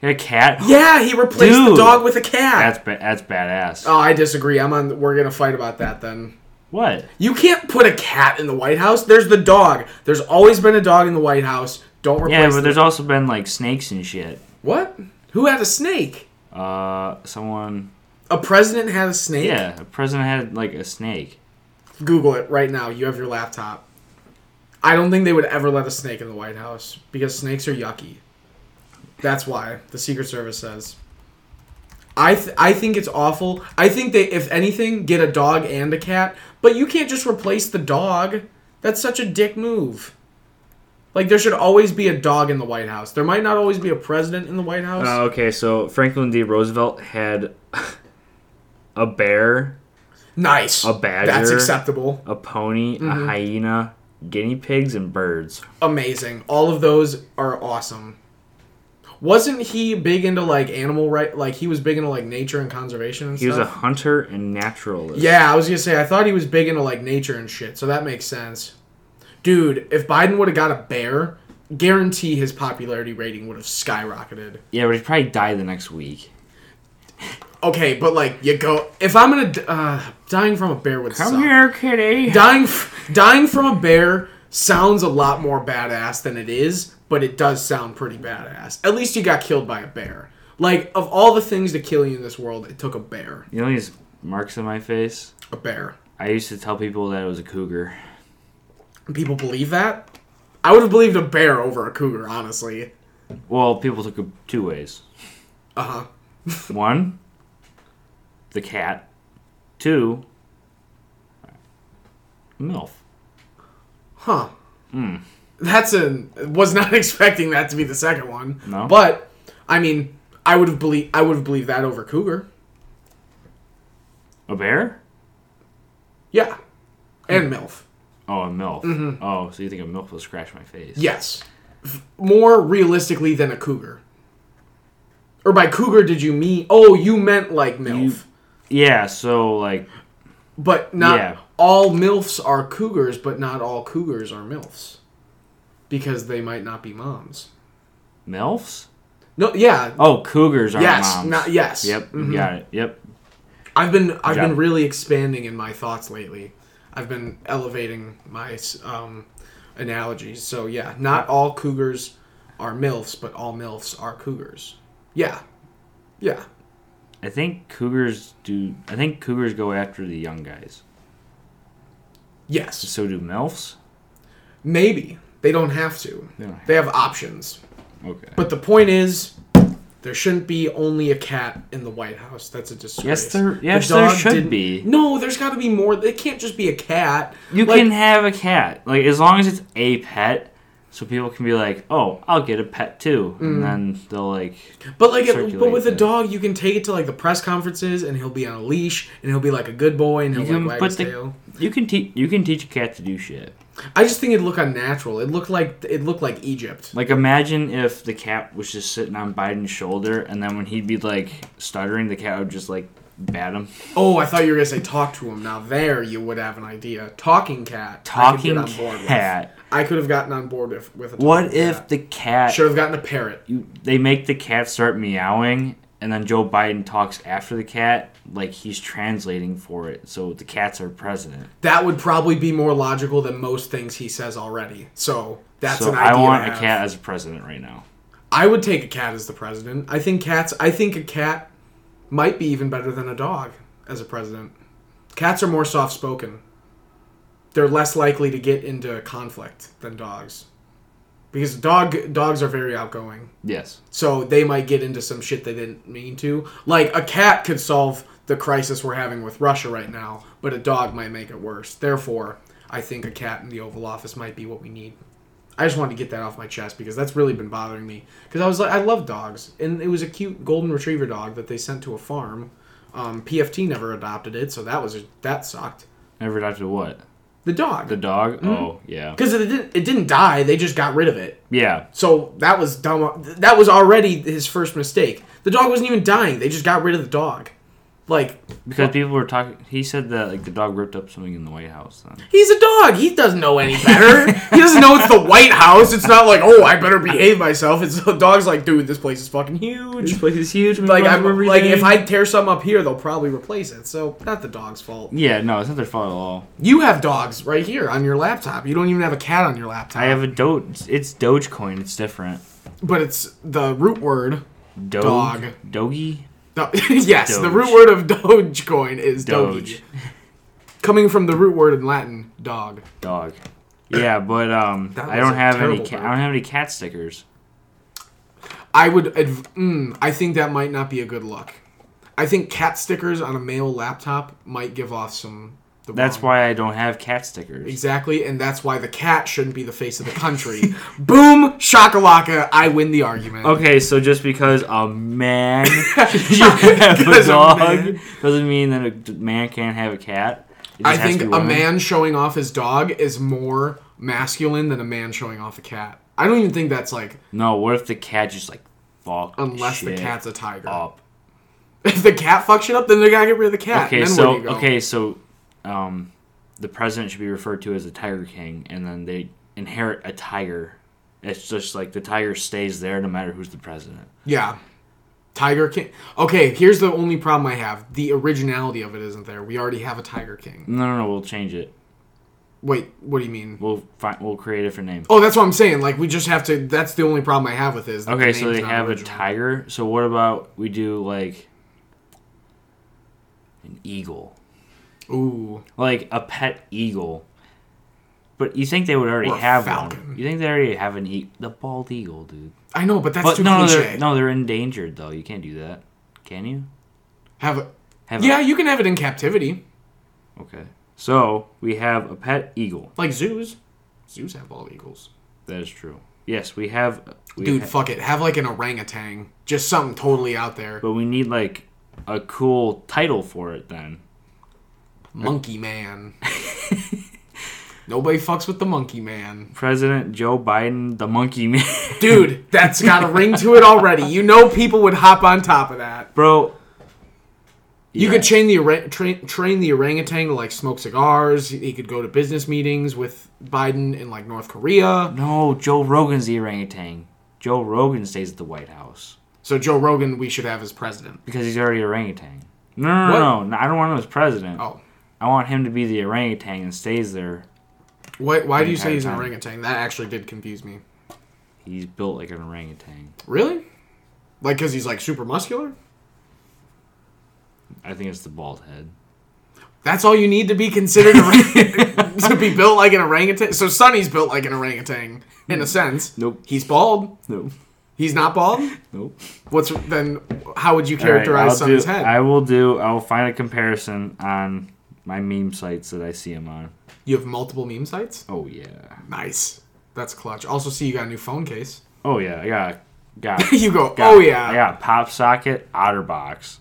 He had a cat. Yeah, he replaced the Dude. dog with a cat. That's ba- that's badass. oh, I disagree. I'm on. We're gonna fight about that then. What? You can't put a cat in the White House. There's the dog. There's always been a dog in the White House. Don't replace. Yeah, but the- there's also been like snakes and shit. what? Who had a snake? Uh, someone. A president had a snake. Yeah, a president had like a snake. Google it right now. You have your laptop. I don't think they would ever let a snake in the White House because snakes are yucky. That's why the Secret Service says. I th- I think it's awful. I think they, if anything, get a dog and a cat. But you can't just replace the dog. That's such a dick move. Like there should always be a dog in the White House. There might not always be a president in the White House. Uh, okay, so Franklin D. Roosevelt had <laughs> a bear, nice. a badger, That's acceptable. a pony, a hyena, guinea pigs, and birds. amazing. All of those are awesome. Wasn't he big into like animal right? Like he was big into like nature and conservation and He was a stuff. hunter and naturalist. yeah, I was gonna say I thought he was big into like nature and shit, so that makes sense. Dude, if Biden would have got a bear, guarantee his popularity rating would have skyrocketed. yeah, but he probably died the next week. Okay, but like you go, if I'm gonna d- uh, dying from a bear would suck. here, kitty. dying f- dying from a bear sounds a lot more badass than it is, but it does sound pretty badass. At least you got killed by a bear. Like of all the things to kill you in this world, it took a bear. You know these marks on my face? A bear. I used to tell people that it was a cougar. And people believe that? I would have believed a bear over a cougar, honestly. Well, people took it two ways. Uh-huh. One, the cat. Two, MILF. Huh. That's a was not <laughs> expecting that to be the second one. No. But I mean, I would have believed I would have believed that over cougar. A bear? Yeah. And MILF. Oh, a MILF. Mm-hmm. Oh, so you think a MILF will scratch my face? Yes. F- More realistically than a cougar. Or by cougar did you mean oh you meant like MILF. You- Yeah, so, like, but not Yeah. all MILFs are cougars, but not all cougars are MILFs. Because they might not be moms. MILFs? No yeah. Oh, cougars are yes. moms. Not yes. Mm-hmm. Yep, you got it. Yep. I've been I've job. been really expanding in my thoughts lately. I've been elevating my um, analogies. So yeah, not all cougars are MILFs, but all MILFs are cougars. Yeah. Yeah. I think cougars do. I think cougars go after the young guys. Yes. So do MILFs? Maybe they don't have to. They don't have They have options. Okay. But the point is, there shouldn't be only a cat in the White House. That's a disgrace. Yes, there- The yes, there dog should didn't- be. No, there's got to be more. It can't just be a cat. You Like, can have a cat, like as long as it's a pet, so people can be like, "Oh, I'll get a pet too," Mm. and then they'll like, But like, it, circulate but with a the- dog, you can take it to like the press conferences, and he'll be on a leash, and he'll be like a good boy, and he'll You can like wag put his the- tail. you can teach you can teach a cat to do shit. I just think it looked unnatural. It looked like it looked like Egypt. Like imagine if the cat was just sitting on Biden's shoulder, and then when he'd be like stuttering, the cat would just like bat him. Oh, I thought you were gonna say talk to him. Now there, you would have an idea. Talking cat. Talking I could get on board cat. With. I could have gotten on board if, with. A talking What if cat. the cat? Should have gotten a parrot. you, they make the cat start meowing, and then Joe Biden talks after the cat, like he's translating for it. So the cat's our president. That would probably be more logical than most things he says already. So that's so an idea. I want to a have. cat as a president right now. I would take a cat as the president. I think cats. I think a cat might be even better than a dog as a president. Cats are more soft spoken. They're less likely to get into conflict than dogs, because dog dogs are very outgoing. Yes. So they might get into some shit they didn't mean to. Like a cat could solve the crisis we're having with Russia right now, but a dog might make it worse. Therefore, I think a cat in the Oval Office might be what we need. I just wanted to get that off my chest because that's really been bothering me. Because I was like, I love dogs, and it was a cute golden retriever dog that they sent to a farm. Um, PFT never adopted it, so that was that sucked. Never adopted what? The dog, The dog? Hmm? Oh, yeah. because it didn't it didn't die. They just got rid of it. Yeah. So that was dumb. That was already his first mistake. The dog wasn't even dying. They just got rid of the dog. Like Because people were talking. He said that like the dog ripped up something in the White House. Then. he's a dog. He doesn't know any <laughs> better. he doesn't know it's the White House. It's not like oh I better behave myself. It's the dog's like dude this place is fucking huge. This place is huge. Like I'm like if I tear something up here they'll probably replace it. So not the dog's fault. Yeah, no, it's not their fault at all. You have dogs right here on your laptop. You don't even have a cat on your laptop. I have a Doge. It's Dogecoin. It's different. but it's the root word. Doge, Dog. Doggy. No, yes, the <laughs> Doge. root word of <laughs> Dogecoin is Doge. Doge. coming from the root word in Latin, dog. Dog. Yeah, but um, That I was don't a have any. terrible Ca- burp. I don't have any cat stickers. I would. Adv- mm, I think that might not be a good look. I think cat stickers on a male laptop might give off some. The That's wrong- why I don't have cat stickers. exactly, and that's why the cat shouldn't be the face of the country. <laughs> Boom, shakalaka! I win the argument. Okay, so just because a <laughs> man <laughs> can have a Because a dog man- doesn't mean that a d- man can't have a cat. It I just has think to a be women. man showing off his dog is more masculine than a man showing off a cat. I don't even think that's like No, what if the cat just like fuck? unless the shit cat's a tiger. up. If the cat fucks it up, then they gotta get rid of the cat. Okay, and Ah, then so where do you go? okay, so um, the president should be referred to as a tiger king, and then they inherit a tiger. It's just like the tiger stays there no matter who's the president. Yeah. Tiger King. Okay, here's the only problem I have. The originality of it isn't there. We already have a Tiger King. No, no, no. We'll change it. Wait, what do you mean? We'll find. We'll create a different name. Oh, that's what I'm saying. Like, we just have to. That's the only problem I have with it. Is that the Okay, so name's they not have original. a tiger. So what about we do like an eagle, Ooh. like a pet eagle? But you think they would already Or a have falcon. one? You think they already have an e- the bald eagle, dude? I know, but that's But too no, cliche. they're, no, they're endangered though. You can't do that, can you? Have a, Have a- yeah, you can have it in captivity, okay. So we have a pet eagle. like zoos. Zoos have bald eagles. That is true. Yes, we have. We Dude, ha- fuck it. Have like an orangutan. Just something totally out there. but we need like a cool title for it then. <laughs> Monkey man. Nobody fucks with the monkey man. President Joe Biden, the monkey man. <laughs> Dude, that's got a ring to it already. You know people would hop on top of that. Bro, You Yeah. could train the orang- train, train the orangutan to like smoke cigars. He could go to business meetings with Biden in like North Korea. No, Joe Rogan's the orangutan. Joe Rogan stays at the White House So Joe Rogan, we should have as president. because he's already orangutan. No, no, no, no, no. I don't want him as president. Oh, I want him to be the orangutan and stays there. why, why do you say Entire he's an time. orangutan? That actually did confuse me. He's built like an orangutan. Really? Like because he's like super muscular. I think it's the bald head. That's all you need to be <laughs> considered orang- to be built like an orangutan. So Sonny's built like an orangutan in a sense. Mm. Nope. He's bald. No, He's not bald. nope. What's then? How would you All right, characterize I'll Sonny's do- head? I will do. I will find a comparison on my meme sites that I see him on. you have multiple meme sites. Oh yeah. Nice, that's clutch. Also, see you got a new phone case. <laughs> Oh yeah. I got. Got. you go. got- oh I yeah. got pop socket OtterBox.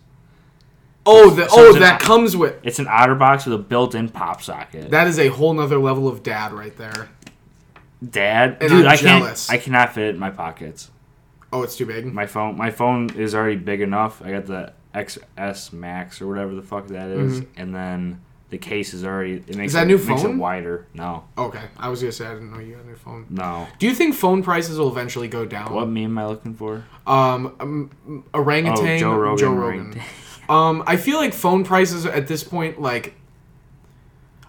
Oh the So oh it's an- that comes with. It's an OtterBox with a built-in pop socket. That is a whole nother level of dad right there. Dad, And dude, I'm I can't. jealous. I cannot fit it in my pockets. Oh, it's too big. My phone, my phone is already big enough. I got the XS Max or whatever the fuck that is, and then the case is already it makes Mm-hmm. that it, new makes it phone? wider. No, Okay, I was gonna say I didn't know you had a new phone. no. Do you think phone prices will eventually go down? What meme am I looking for? Um, um, orangutan. Oh, Joe Joe Rogan. Rogan orangutan. um, I feel like phone prices at this point, like,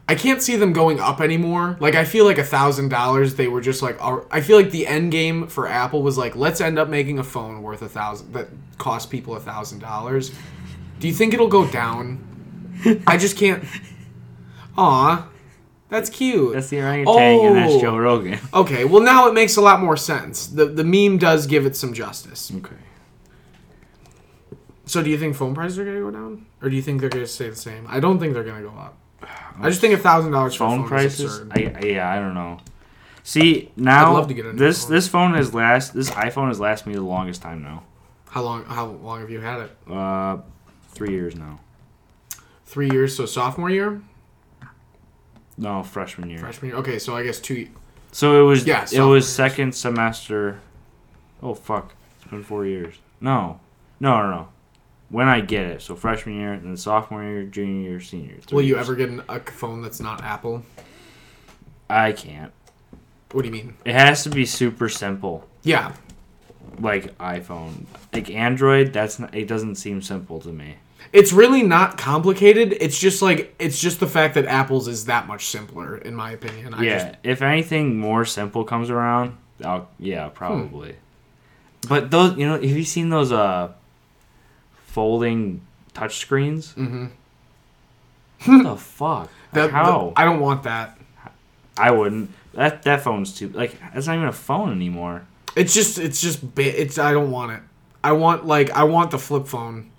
I can't see them going up anymore. Like, I feel like a thousand dollars. They were just like, all- I feel like the end game for Apple was like, let's end up making a phone worth a thousand that costs people a thousand dollars. Do you think it'll go down? I just can't. Aw, that's cute. That's the orangutan, and that's Oh. Joe Rogan. Okay, well now it makes a lot more sense. The the meme does give it some justice. Okay. So do you think phone prices are gonna go down, or do you think they're gonna stay the same? I don't think they're gonna go <sighs> up. I just think a thousand dollars for a Phone phone Is prices? absurd. I, I- yeah, I don't know. See now, I'd love to get a new this phone. this phone has last this iPhone has lasted me the longest time now. how long? How long have you had it? Uh, three years now. Three years. So sophomore year, No, freshman year. freshman year. Okay, so I guess two. So it was Yeah, it sophomore year. was second semester. Oh fuck, it's been four years. No, no, no, no. When I get it, so freshman year, then sophomore year, junior year, senior. year. three Will you years. ever get an, a phone that's not Apple? I can't. What do you mean? It has to be super simple, Yeah, like iPhone, like Android. That's not, it doesn't seem simple to me. it's really not complicated. It's just like it's just the fact that Apple's is that much simpler, in my opinion. I yeah, just, if anything more simple comes around, I'll, yeah, probably. But those, you know, have you seen those uh folding touch screens? Mhm. What <laughs> the fuck? that, Like, how? I don't want that. I, wouldn't. That that phone's too like that's not even a phone anymore. It's just it's just bi- it's I don't want it. I want like I want the flip phone.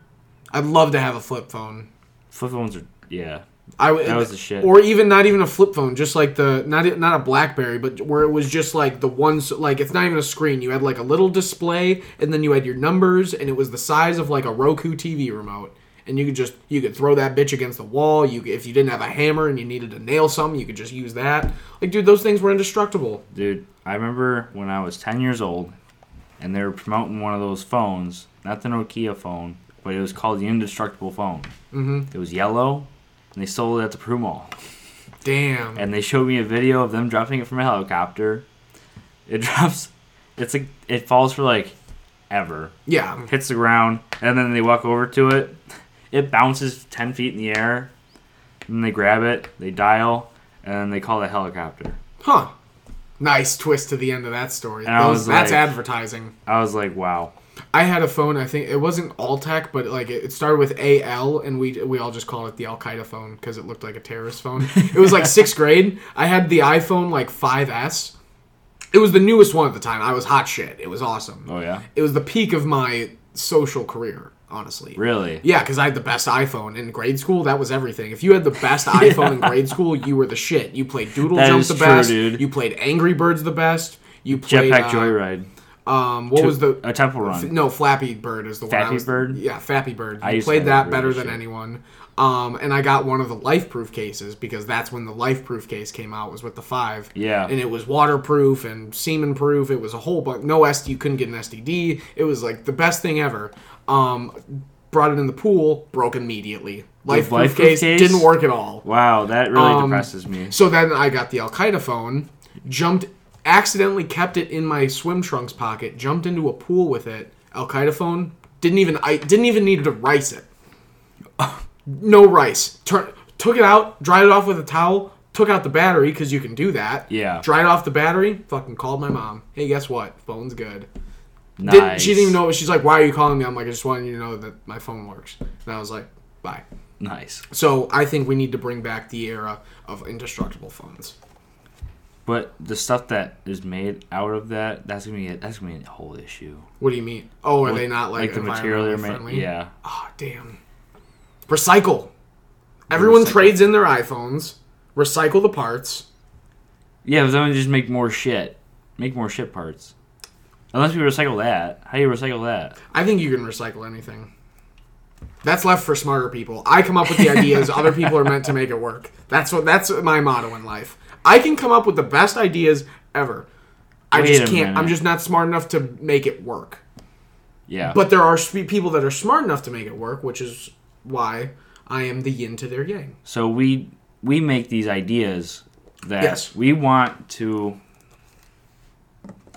I'd love to have a flip phone. Flip phones are yeah. I w- That was the shit. Or even not even a flip phone, just like the not e- not a BlackBerry, but where it was just like the ones like it's not even a screen. You had like a little display, and then you had your numbers, and it was the size of like a Roku TV remote. And you could just you could throw that bitch against the wall. You could- if you didn't have a hammer and you needed to nail something, you could just use that. Like dude, those things were indestructible. Dude, I remember when I was 10 years old and they were promoting one of those phones, not the Nokia phone, but it was called the Indestructible Phone. Mm-hmm. It was yellow and they sold it at the Pru Mall. Damn. And they showed me a video of them dropping it from a helicopter. It <laughs> drops, it's like, it falls for like ever, yeah. hits the ground, and then they walk over to it. It bounces 10 feet in the air, and they grab it, they dial, and then they call it a helicopter. Huh. Nice twist to the end of that story. And I Those- was that's like- advertising. I was like, wow. I had a phone. I think it wasn't Alltech, but like it it started with AL, and we we all just called it the Al Qaeda phone because it looked like a terrorist phone. it <laughs> was like sixth grade. I had the iPhone like 5S. It was the newest one at the time. I was hot shit. It was awesome. Oh, yeah? It was the peak of my social career, honestly. Really? Yeah, because I had the best iPhone in grade school. That was everything. If you had the <laughs> best iPhone in grade school, you were the shit. You played Doodle That Jump is the true, best. dude. You played Angry Birds the best. You played Jetpack uh, Joyride. Um, what was the a temple F- run? No, Flappy Bird is the one. I Flappy was- Bird? Yeah, Flappy Bird. I You used to played have that that better really than shit. anyone. Um, and I got one of the life proof cases because that's when the life proof case came out was with the five. Yeah. And it was waterproof and semen proof. It was a whole bunch. No SD. You couldn't get an STD. It was like the best thing ever. Um, brought it in the pool. Broke immediately. Life proof life-proof case, case? didn't work at all. Wow, that really Um, depresses me. So then I got the Al Qaeda phone, jumped, accidentally kept it in my swim trunks pocket, jumped into a pool with it. Al Qaeda phone didn't even I didn't even need to rice it. no rice. Tur- took it out, dried it off with a towel, took out the battery because you can do that. Yeah. Dried off the battery. Fucking called my mom. Hey, guess what? Phone's good. Nice. Didn't, she didn't even know. She's like, "Why are you calling me?" I'm like, "I just wanted you to know that my phone works." And I was like, "Bye." Nice. So I think we need to bring back the era of indestructible phones. But the stuff that is made out of that, that's gonna be a, that's gonna be a whole issue. What do you mean? Oh, are they not like, the material they're environmentally made. friendly? Yeah. Oh, damn. Recycle. Everyone Recycle. trades in their iPhones. Recycle the parts. Yeah, but then we just make more shit. Make more shit parts. Unless we recycle that. How do you recycle that? I think you can recycle anything. That's left for smarter people. I come up with the <laughs> ideas. other people are meant to make it work. That's what. That's my motto in life. I can come up with the best ideas ever. I Wait just a can't. I'm minute. just not smart enough to make it work. Yeah. But there are sp- people that are smart enough to make it work, which is why I am the yin to their yang. so we we make these ideas that Yes. we want to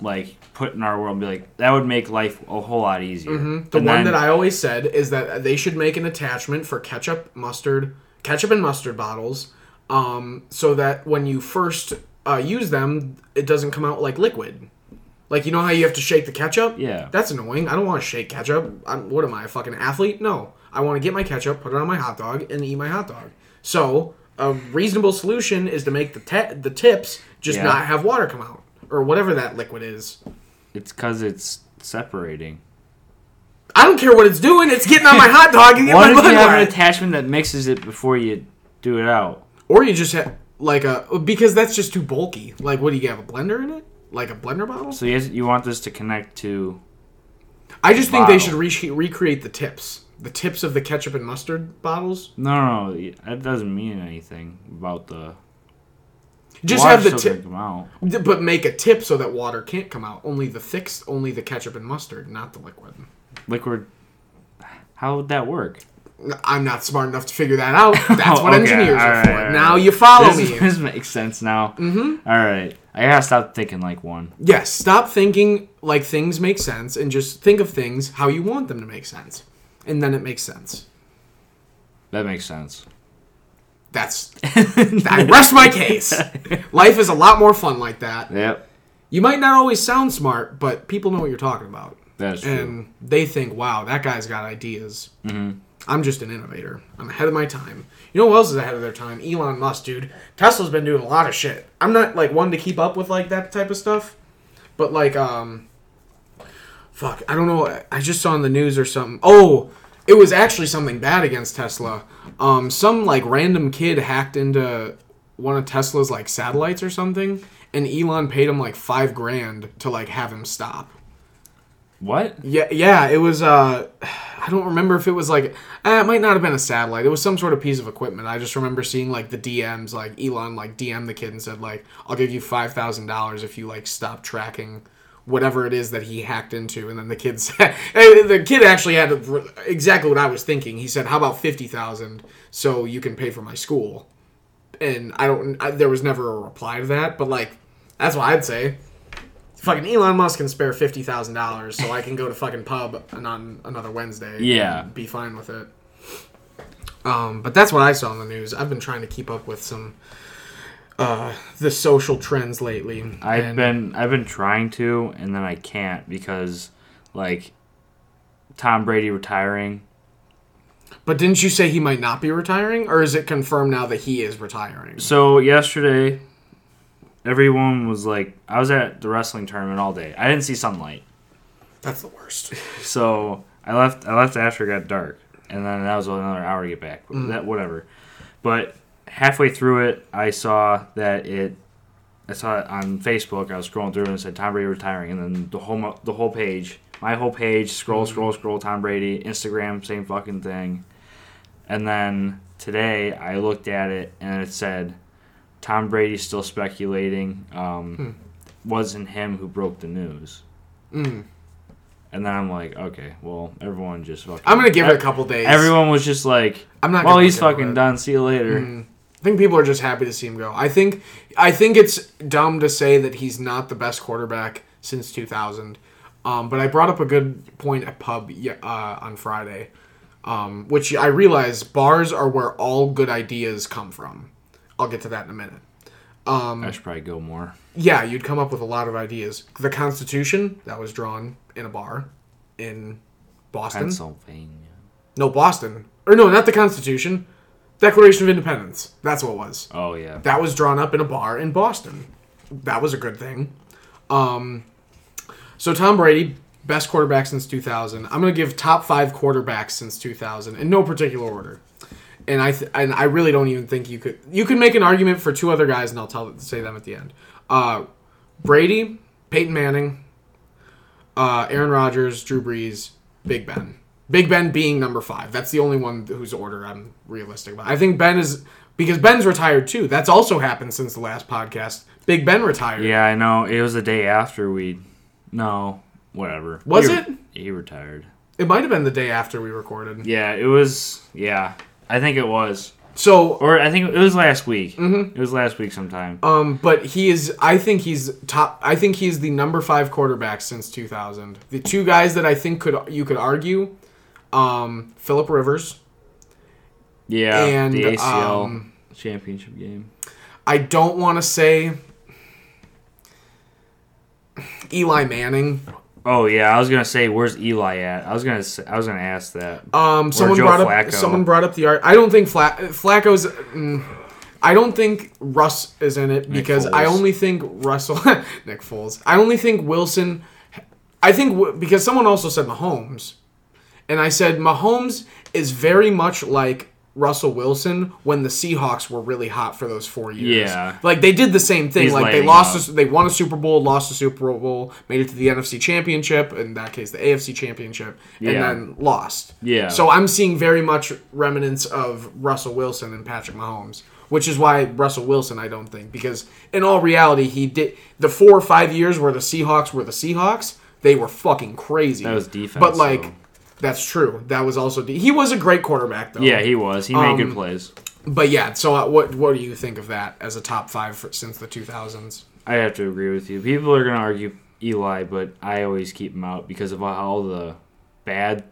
like put in our world and be like that would make life a whole lot easier. Mm-hmm. The And one then- that I always said is that they should make an attachment for ketchup, mustard, ketchup and mustard bottles, um, so that when you first uh, use them, it doesn't come out like liquid. Like you know how you have to shake the ketchup? Yeah. That's annoying. I don't want to shake ketchup. I'm, what am I, a fucking athlete? No. I want to get my ketchup, put it on my hot dog, and eat my hot dog. So a reasonable solution is to make the te- the tips just Yeah. not have water come out or whatever that liquid is. it's cuz it's <laughs> separating. I don't care what it's doing. It's getting on my hot dog and getting What my if you blood have an wet. attachment that mixes it before you do it out? Or you just have like a because that's just too bulky. Like, what do you have a blender in it? Like a blender bottle? So you, you want this to connect to I just think they Bottle. should re- recreate the tips, the tips of the ketchup and mustard bottles. No, no, no, that doesn't mean anything about the Just water have the still tip, gonna come out. but make a tip so that water can't come out. Only the thick, only the ketchup and mustard, not the liquid. liquid. How would that <laughs> work? N- I'm not smart enough to figure <laughs> that out. That's Oh, what okay, engineers are alright, for. alright. Now you follow This, me. this makes sense now. Mm-hmm. All right, I gotta stop thinking like one. Yes, stop thinking like things make sense and just think of things how you want them to make sense. And then it makes sense. That makes sense. <laughs> That's I rest my case. Life is a lot more fun like that. Yep, You might not always sound smart, but people know what you're talking about. that's true. And they think, wow, that guy's got ideas. Mm-hmm. I'm just an innovator. I'm ahead of my time. You know who else is ahead of their time? Elon Musk, dude. Tesla's been doing a lot of shit. I'm not like one to keep up with like that type of stuff, but like, um, fuck, I don't know. I just saw in the news or something. Oh, it was actually something bad against Tesla. Um, some like random kid hacked into one of Tesla's like satellites or something, and Elon paid him like five grand to like have him stop. what? Yeah, yeah, it was. Uh, I don't remember if it was like eh, it might not have been a satellite. It was some sort of piece of equipment. I just remember seeing like the DMs, like Elon, like DM the kid and said like, "I'll give you five thousand dollars if you like stop tracking whatever it is that he hacked into." And then the kid <laughs> said, and the kid actually had exactly what I was thinking. He said, "How about fifty thousand so you can pay for my school?" And I don't. I, there was never a reply to that, but like that's what I'd say fucking Elon Musk can spare fifty thousand dollars, so I can go to fucking pub and on another Wednesday. Yeah. and be fine with it. Um, but that's what I saw in the news. I've been trying to keep up with some uh, the social trends lately. I've and- been I've been trying to, and then I can't because like Tom Brady retiring. but didn't you say he might not be retiring, or is it confirmed now that he is retiring? So yesterday, everyone was like, I was at the wrestling tournament all day. I didn't see sunlight. That's the worst. So I left. I left after it got dark, and then that was another hour to get back. That whatever. But halfway through it, I saw that it. I saw it on Facebook. I was scrolling through and it said Tom Brady retiring, and then the whole mo- the whole page, my whole page, scroll, Mm-hmm. scroll, scroll. Tom Brady, Instagram, same fucking thing. And then today, I looked at it and it said, Tom Brady still speculating. Um, Hmm. Wasn't him who broke the news. Mm. And then I'm like, okay, well, everyone just fucking. I'm gonna give it a couple days. Everyone was just like, I'm not. well, gonna he's look fucking into it. Mm-hmm. done. See you later. I think people are just happy to see him go. I think I think it's dumb to say that he's not the best quarterback since 2000. Um, but I brought up a good point at pub ye- uh, on Friday, um, which I realize bars are where all good ideas come from. I'll get to that in a minute. I should probably go more. Yeah, you'd come up with a lot of ideas. The Constitution that was drawn in a bar in Boston. Pennsylvania. No, Boston. Or no, not the Constitution. Declaration of Independence. That's what it was. Oh yeah. That was drawn up in a bar in Boston. That was a good thing. Um, so Tom Brady, best quarterback since 2000. I'm going to give top five quarterbacks since 2000 in no particular order. And I th- and I really don't even think you could you can make an argument for two other guys, and I'll tell say them at the end. Uh, Brady, Peyton Manning, uh, Aaron Rodgers, Drew Brees, Big Ben. Big Ben being number five. That's the only one whose order I'm realistic about. I think Ben is because Ben's retired too. That's also happened since the last podcast. Big Ben retired. Yeah, I know. It was the day after we. No, whatever. Was He- it? He retired. It might have been the day after we recorded. Yeah, it was. Yeah, I think it was, So, or I think it was last week. Mm-hmm. It was last week sometime. um, but he is. I think he's top. I think he's the number five quarterback since 2000. The two guys that I think could you could argue, um, Philip Rivers. Yeah, and, the ACL um, championship game. I don't want to say Eli Manning. Oh yeah, I was gonna say where's Eli at? I was gonna say, I was gonna ask that. Um, someone Joe brought up Flacco. someone brought up the art. I don't think Fla- Flacco's. Mm, I don't think Russ is in it because I Foles. only think Russell <laughs> Nick Foles. I only think Wilson. I think w- because someone also said Mahomes, and I said Mahomes is very much like Russell Wilson when the Seahawks were really hot for those four years. Yeah. like they did the same thing. He's like they lighting up. lost, a s- they won a Super Bowl, lost a Super Bowl, made it to the NFC Championship. In that case, the AFC Championship, and Yeah. then lost. Yeah. So I'm seeing very much remnants of Russell Wilson and Patrick Mahomes, which is why Russell Wilson, I don't think, because in all reality, he did the four or five years where the Seahawks were the Seahawks, they were fucking crazy. That was defense, But like, though. that's true. That was also de- he was a great quarterback though. Yeah, he was. He made um, good plays. But yeah, so uh, what what do you think of that as a top five for, since the 2000s? I have to agree with you. People are gonna argue Eli, but I always keep him out because of all the bad,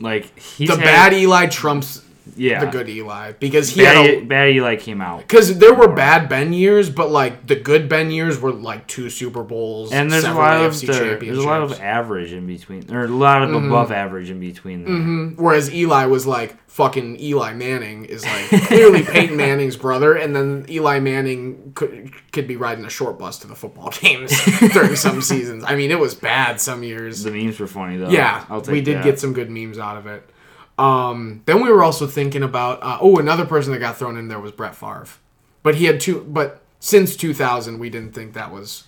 like he's The had- bad Eli trumps yeah, the good Eli because he bad, E, had a bad Eli came out. Because there were bad Ben years, but like the good Ben years were like two Super Bowls And there's a several lot of AFC the, there's a lot of championships. Mm-hmm. average in between, or a lot of above average in between. There. Whereas Eli was like fucking Eli Manning is like <laughs> clearly Peyton Manning's brother, and then Eli Manning could could be riding a short bus to the football <laughs> games during some seasons. I mean, it was bad some years. The memes were funny though. Yeah, Oh, I'll take we did that. get some good memes out of it. Um, then we were also thinking about uh, oh, another person that got thrown in there was Brett Favre, but he had two. But since 2000, we didn't think that was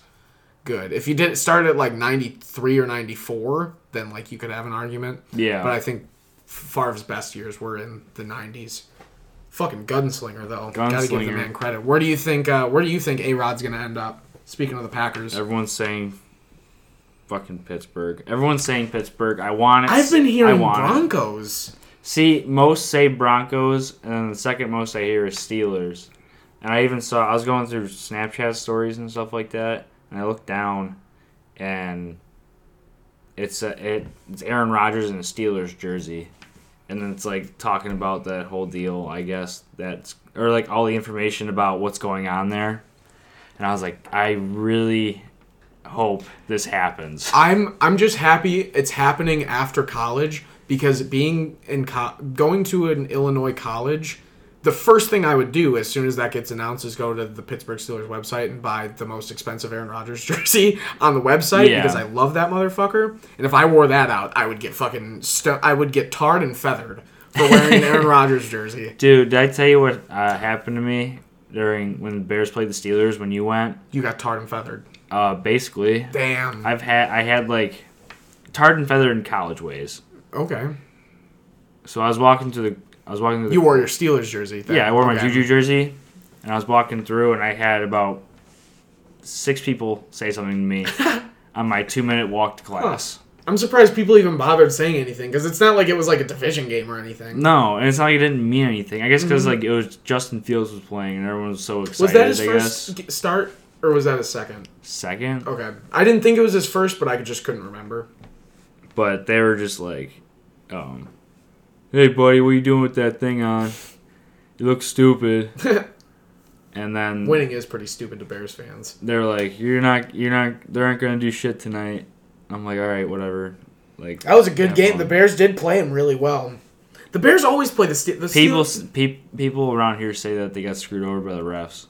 good. If you did start at like 93 or 94, then like you could have an argument. Yeah. but I think Favre's best years were in the 90s. Fucking gunslinger though. Gotta give the Gunslinger. man credit. Where do you think? Uh, where do you think A Rod's gonna end up? Speaking of the Packers, Everyone's saying fucking Pittsburgh. Everyone's saying Pittsburgh. I want it. I've been I hearing want it. Broncos. See, most say Broncos, and then the second most I hear is Steelers. And I even saw I was going through Snapchat stories and stuff like that, and I looked down, and it's a, it, it's Aaron Rodgers in a Steelers jersey, and then it's like talking about that whole deal. I guess that's or like all the information about what's going on there, and I was like, I really hope this happens. I'm I'm just happy it's happening after college because being in co- going to an Illinois college, the first thing I would do as soon as that gets announced is go to the Pittsburgh Steelers website and buy the most expensive Aaron Rodgers <laughs> jersey on the website Yeah. because I love that motherfucker. And if I wore that out, I would get fucking stu- I would get tarred and feathered for wearing <laughs> an Aaron Rodgers jersey. Dude, did I tell you what uh, happened to me during when the Bears played the Steelers when you went? You got tarred and feathered. Uh, basically, Damn. I've had I had like tarred and feathered in college ways. Okay. So I was walking to the I was walking to the You wore your Steelers jersey. then. yeah I wore my Okay. Juju jersey, and I was walking through and I had about six people say something to <laughs> me on my two minute walk to class. I'm surprised people even bothered saying anything because it's not like it was like a division game or anything. No, and it's not like it didn't mean anything. I guess because like it was Justin Fields was playing and everyone was so excited. Mm-hmm. Was that his I first guess g- start or was that his second? second, Okay. I didn't think it was his first, but I just couldn't remember. but they were just like, um, "Hey, buddy, what you doing with that thing on? You look <laughs> stupid." and then Winning is pretty stupid to Bears fans. they're like, "You're not, you're not, they aren't gonna do shit tonight." I'm like, "All right, whatever." Like That was a good have game. fun." The Bears did play him really well. The Bears always play the, Ste- the people, Steelers- s- pe- people around here say that they got screwed over by the refs.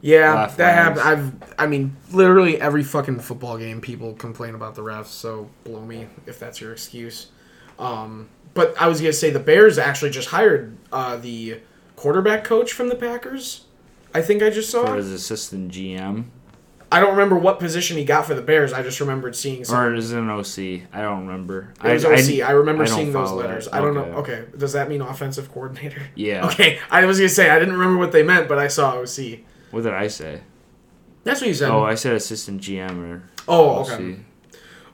Yeah, Laugh that lines. happened. I've, I mean, literally every fucking football game, people complain about the refs. So blow me if that's your excuse. Um, but I was gonna say the Bears actually just hired uh, the quarterback coach from the Packers. I think I just Or saw. his assistant GM, I don't remember what position he got for the Bears. I just remembered seeing. Some, or is it an OC? I don't remember. it was I, OC. I, remember I don't seeing those follow letters. that. I don't Okay. know. Okay, does that mean offensive coordinator? Yeah. <laughs> Okay, I was gonna say I didn't remember what they meant, but I saw OC. What did I say? That's what you said. Oh, I said assistant GM or oh OC. okay.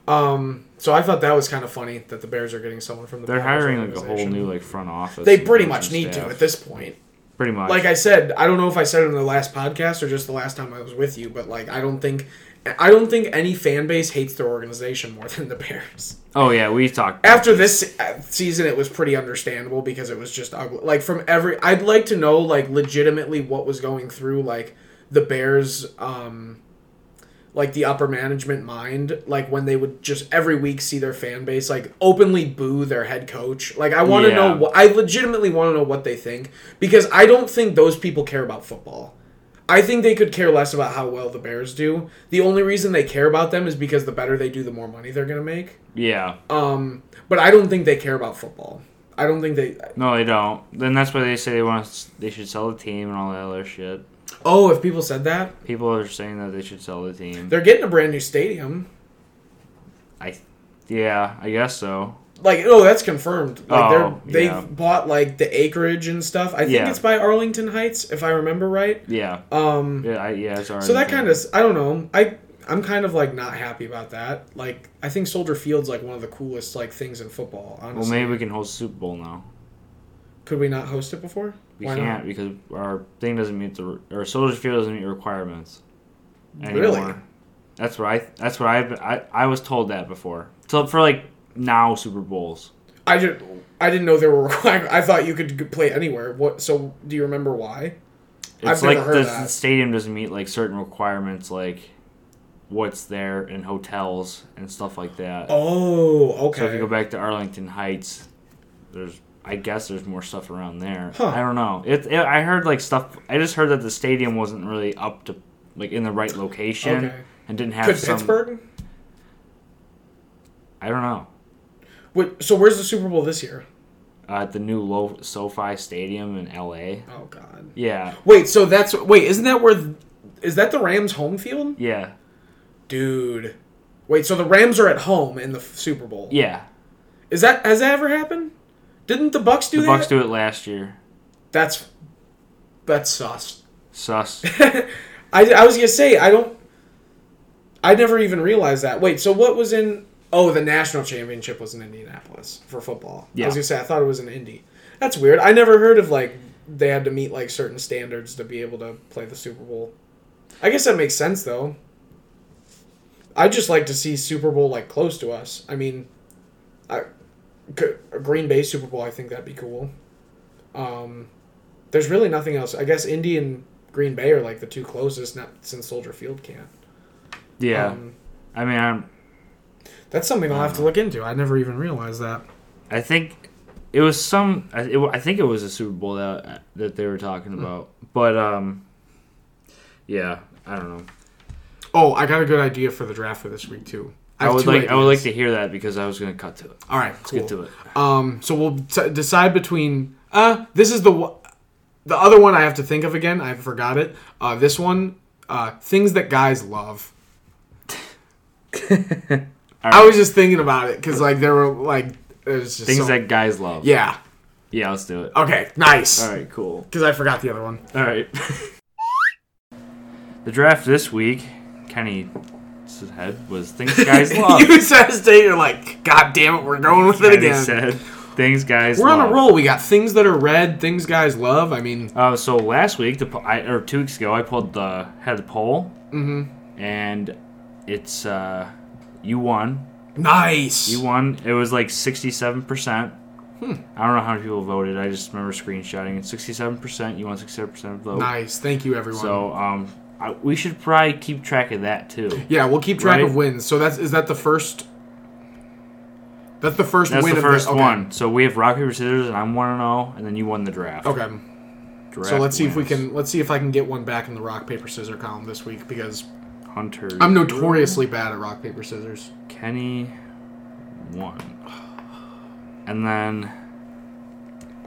Um, so I thought that was kind of funny that the Bears are getting someone from the. They're Packers hiring like a whole organization. new like front office. They and pretty coaching much need to staff. at this point. Pretty much. Like I said, I don't know if I said it in the last podcast or just the last time I was with you, but like I don't think, I don't think any fan base hates their organization more <laughs> than the Bears. oh yeah, we talked. after this uh, season it was pretty understandable because it was just ugly like from every i'd like to know like legitimately what was going through like the bears um like the upper management mind like when they would just every week see their fan base like openly boo their head coach like i want to Yeah. know what i legitimately want to know what they think because i don't think those people care about football I think they could care less about how well the Bears do. The only reason they care about them is because the better they do, the more money they're going to make. yeah. Um, but I don't think they care about football. I don't think they. No, they don't. Then that's why they say they want. To, they should sell the team and all that other shit. Oh, if people said that, People are saying that they should sell the team. they're getting a brand new stadium. I, yeah, I guess so. Like, oh, that's confirmed. Like, Oh, they're they've yeah. bought like the acreage and stuff. I think Yeah. it's by Arlington Heights, if I remember right. Yeah, Um, yeah, I, yeah. Sorry. so that kind of I don't know. I I'm kind of like not happy about that. Like, I think Soldier Field's like one of the coolest like things in football. Well, Honestly, maybe we can host Super Bowl now. could we not host it before? We can't because our thing doesn't meet the or Soldier Field doesn't meet requirements. Really? That's what I. That's what I've. been- I I was told that before. So for like now Super Bowls. I just I didn't know there were <laughs> requirements. I thought you could play anywhere. What? So do you remember why? It's I've like never heard the of that. stadium doesn't meet like certain requirements, like what's there and hotels and stuff like that. Oh, okay. So if you go back to Arlington Heights, there's I guess there's more stuff around there. Huh. I don't know. It, it I heard like stuff. I just heard that the stadium wasn't really up to like in the right location Okay. and didn't have Could some. Pittsburgh? I don't know. Wait, so where's the Super Bowl this year? Uh, at the new Lo- SoFi Stadium in L.A. Oh God. Yeah, Wait, so that's wait, isn't that where? th- Is that the Rams' home field? yeah, Dude. Wait, so the Rams are at home in the f- Super Bowl? yeah. Is that has that ever happened? Didn't the Bucks do The that? Bucks do it last year. that's that's sus. <laughs> Sus. I, I was gonna say I don't. I never even realized that. Wait, so what was in? Oh, the national championship was in Indianapolis for football. I Yeah. was gonna say I thought it was in Indy. That's weird. I never heard of like they had to meet like certain standards to be able to play the Super Bowl. I guess that makes sense though. I just like to see Super Bowl like close to us. I mean, I g- a Green Bay Super Bowl. I think that'd be cool. Um, there's really nothing else. I guess Indy and Green Bay are like the two closest. Not since Soldier Field can't. Yeah. Um, I mean, I'm, that's something I'll have to look into. I never even realized that. I think it was some. I, it, wa- I think it was a Super Bowl that that they were talking Hmm. about. But um, yeah, I don't know. Oh, I got a good idea for the draft for this week too. I, have would two like I would like ideas. to hear that because I was gonna cut to it. All right, cool. Get to it. Um, so we'll t- decide between. Uh, this is the w- the other one I have to think of again. I forgot it. Uh, this one, uh, things that guys <laughs> love. I was just thinking about it because like there were like it was just Things so- that guys love. yeah. Uh, Yeah, let's do it. Okay, nice. All right, cool. Because I forgot the other <laughs> one. All right. <laughs> the draft this week, Kenny's head was things <laughs> guys love. you said today, you're like, God damn it, we're going with it Kenny again. said things guys. we're on love." a roll. We got things that are red, things guys love. I mean, Uh, so last week, the po- I, or two weeks ago, I pulled the had the poll, mm-hmm. and it's uh, you won. nice. You won. It was like sixty-seven percent. Hmm. I don't know how many people voted. I just remember screenshotting it. Sixty-seven percent. You won sixty-seven percent of the vote. nice. Thank you, everyone. So um, I, we should probably keep track of that too. yeah, we'll keep track Right? of wins. So that's is that the first? That's the first That's win the of first okay. one. So we have rock paper scissors, and I'm one and zero, and then you won the draft. Okay. Draft So let's see if we wins. can let's see if I can get one back in the rock paper scissors column this week because Hunter. I'm notoriously bad at rock paper scissors. Kenny won. And then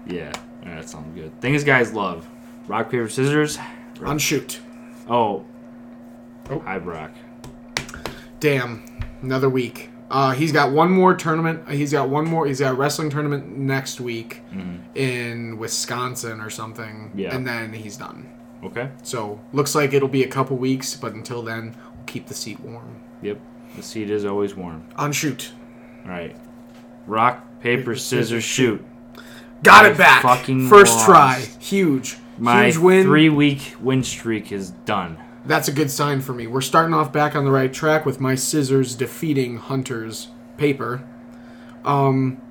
Yeah, yeah, that sounds good. Things guys love. Rock, paper, scissors. On shoot. Oh. Oh. Hi Brock. Damn, another week. Uh, he's got one more tournament. He's got one more. He's got a wrestling tournament next week in Wisconsin or something. Mm-hmm. Yeah. And then he's done. Okay. So looks like it'll be a couple weeks, but until then, we'll keep the seat warm. Yep. The seat is always warm. On shoot. All right. Rock, paper, scissors, shoot. Got I it back. fucking First lost. try. Huge. My Huge win. three week win streak is done. That's a good sign for me. We're starting off back on the right track with my scissors defeating Hunter's paper. Um,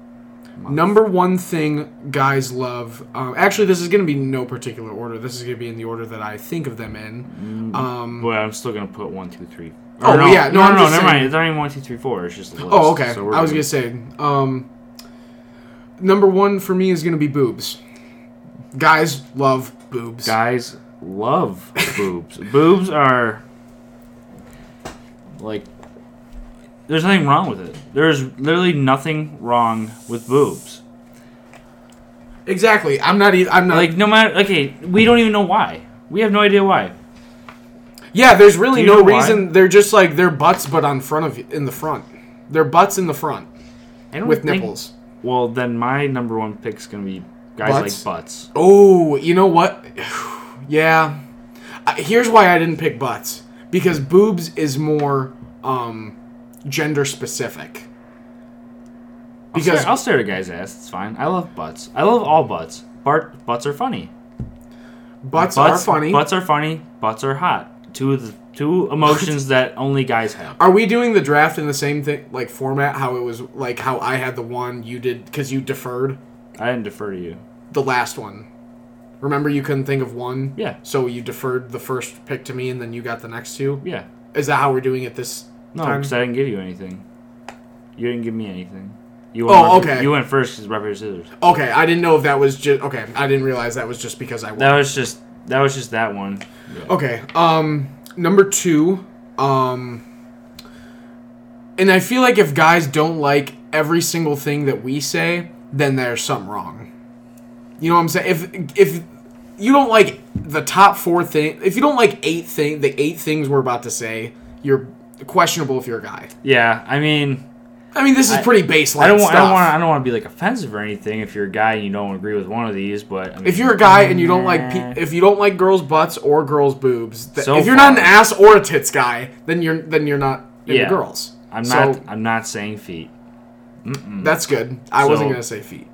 number one thing guys love. Um, actually, this is going to be no particular order. This is going to be in the order that I think of them in. Um, But I'm still gonna put one, two, three. Oh, Or yeah, no, no, I'm no, never just saying- mind. It's not even one, two, three, four. It's just a list. oh, okay. So we're I was good. going to say. Um, number one for me is going to be boobs. Guys love boobs. guys love boobs. boobs are like there's nothing wrong with it. There's literally nothing wrong with boobs. Exactly. I'm not. e- I'm not. Like no matter okay, we don't even know why. We have no idea why. Yeah, there's Do really you no know why? reason. They're just like their butts, but on front of in the front. Their butts in the front I don't with think- nipples. Well, then my number one pick's gonna be guys Butts? like butts. Oh, you know what? <sighs> yeah. I- Here's why I didn't pick butts because boobs is more um, gender specific. Because I'll Because stare, I'll stare at a guy's ass. It's fine. I love butts. I love all butts. Bart butts are funny. butts, Butts are funny. Butts are funny. Butts are hot. Two of the two <laughs> emotions that only guys have. Are we doing the draft in the same thing like format? How it was like how I had the one you did because you deferred I didn't defer to you. the last one. Remember, you couldn't think of one. Yeah. So you deferred the first pick to me, and then you got the next two. Yeah. Is that how we're doing it this No, time? because I didn't give you anything. You didn't give me anything. You Oh, went rock, okay. You went first because rock paper scissors. Okay, I didn't know if that was just okay. I didn't realize that was just because I won. That was just that was just that one. Okay. Um, number two. Um, and I feel like if guys don't like every single thing that we say, then there's something wrong. You know what I'm saying? If if you don't like the top four thing, if you don't like eight thing, the eight things we're about to say, you're questionable if you're a guy. Yeah, I mean, I mean, this is pretty baseline I don't want, stuff. I don't want, I don't want to be like offensive or anything. If you're a guy and you don't agree with one of these, but I mean, If you're a guy and you don't like Nah. pe- if you don't like girls' butts or girls' boobs, th- So if you're not an far. ass or a tits guy, then you're then you're not into Yeah. girls. I'm So, not, I'm not saying feet, That's good. I wasn't So- gonna say feet.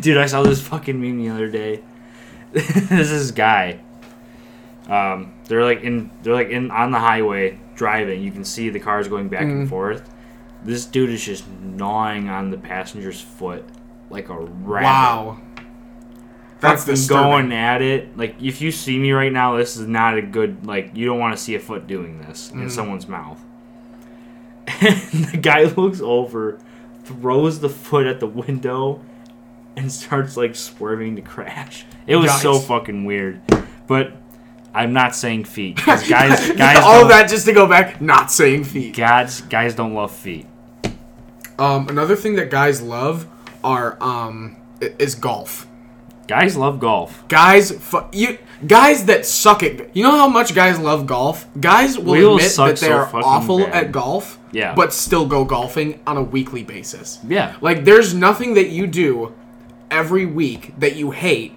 <laughs> dude. I saw this fucking meme the other day. <laughs> this is guy. Um, they're like in, they're like in on the highway driving. You can see the cars going back and forth. This dude is just gnawing on the passenger's foot like a rat. Wow. That's Fucking the going. <laughs> going at it. Like if you see me right now, this is not a good. Like you don't want to see a foot doing this Mm. in someone's mouth. <laughs> And the guy <laughs> looks over, throws the foot at the window, and starts like swerving to crash. It was so Nice. fucking weird, but I'm not saying feet. <laughs> 'cause Guys, guys, All don't, that just to go back, not saying feet. guys, guys don't love feet. Um, another thing that guys love are um i- is golf. Guys love golf. Guys, fu- you guys that suck at you know how much guys love golf. Guys will We will admit suck that they so are fucking awful bad. at golf, Yeah. but still go golfing on a weekly basis. Yeah, Like there's nothing that you do every week that you hate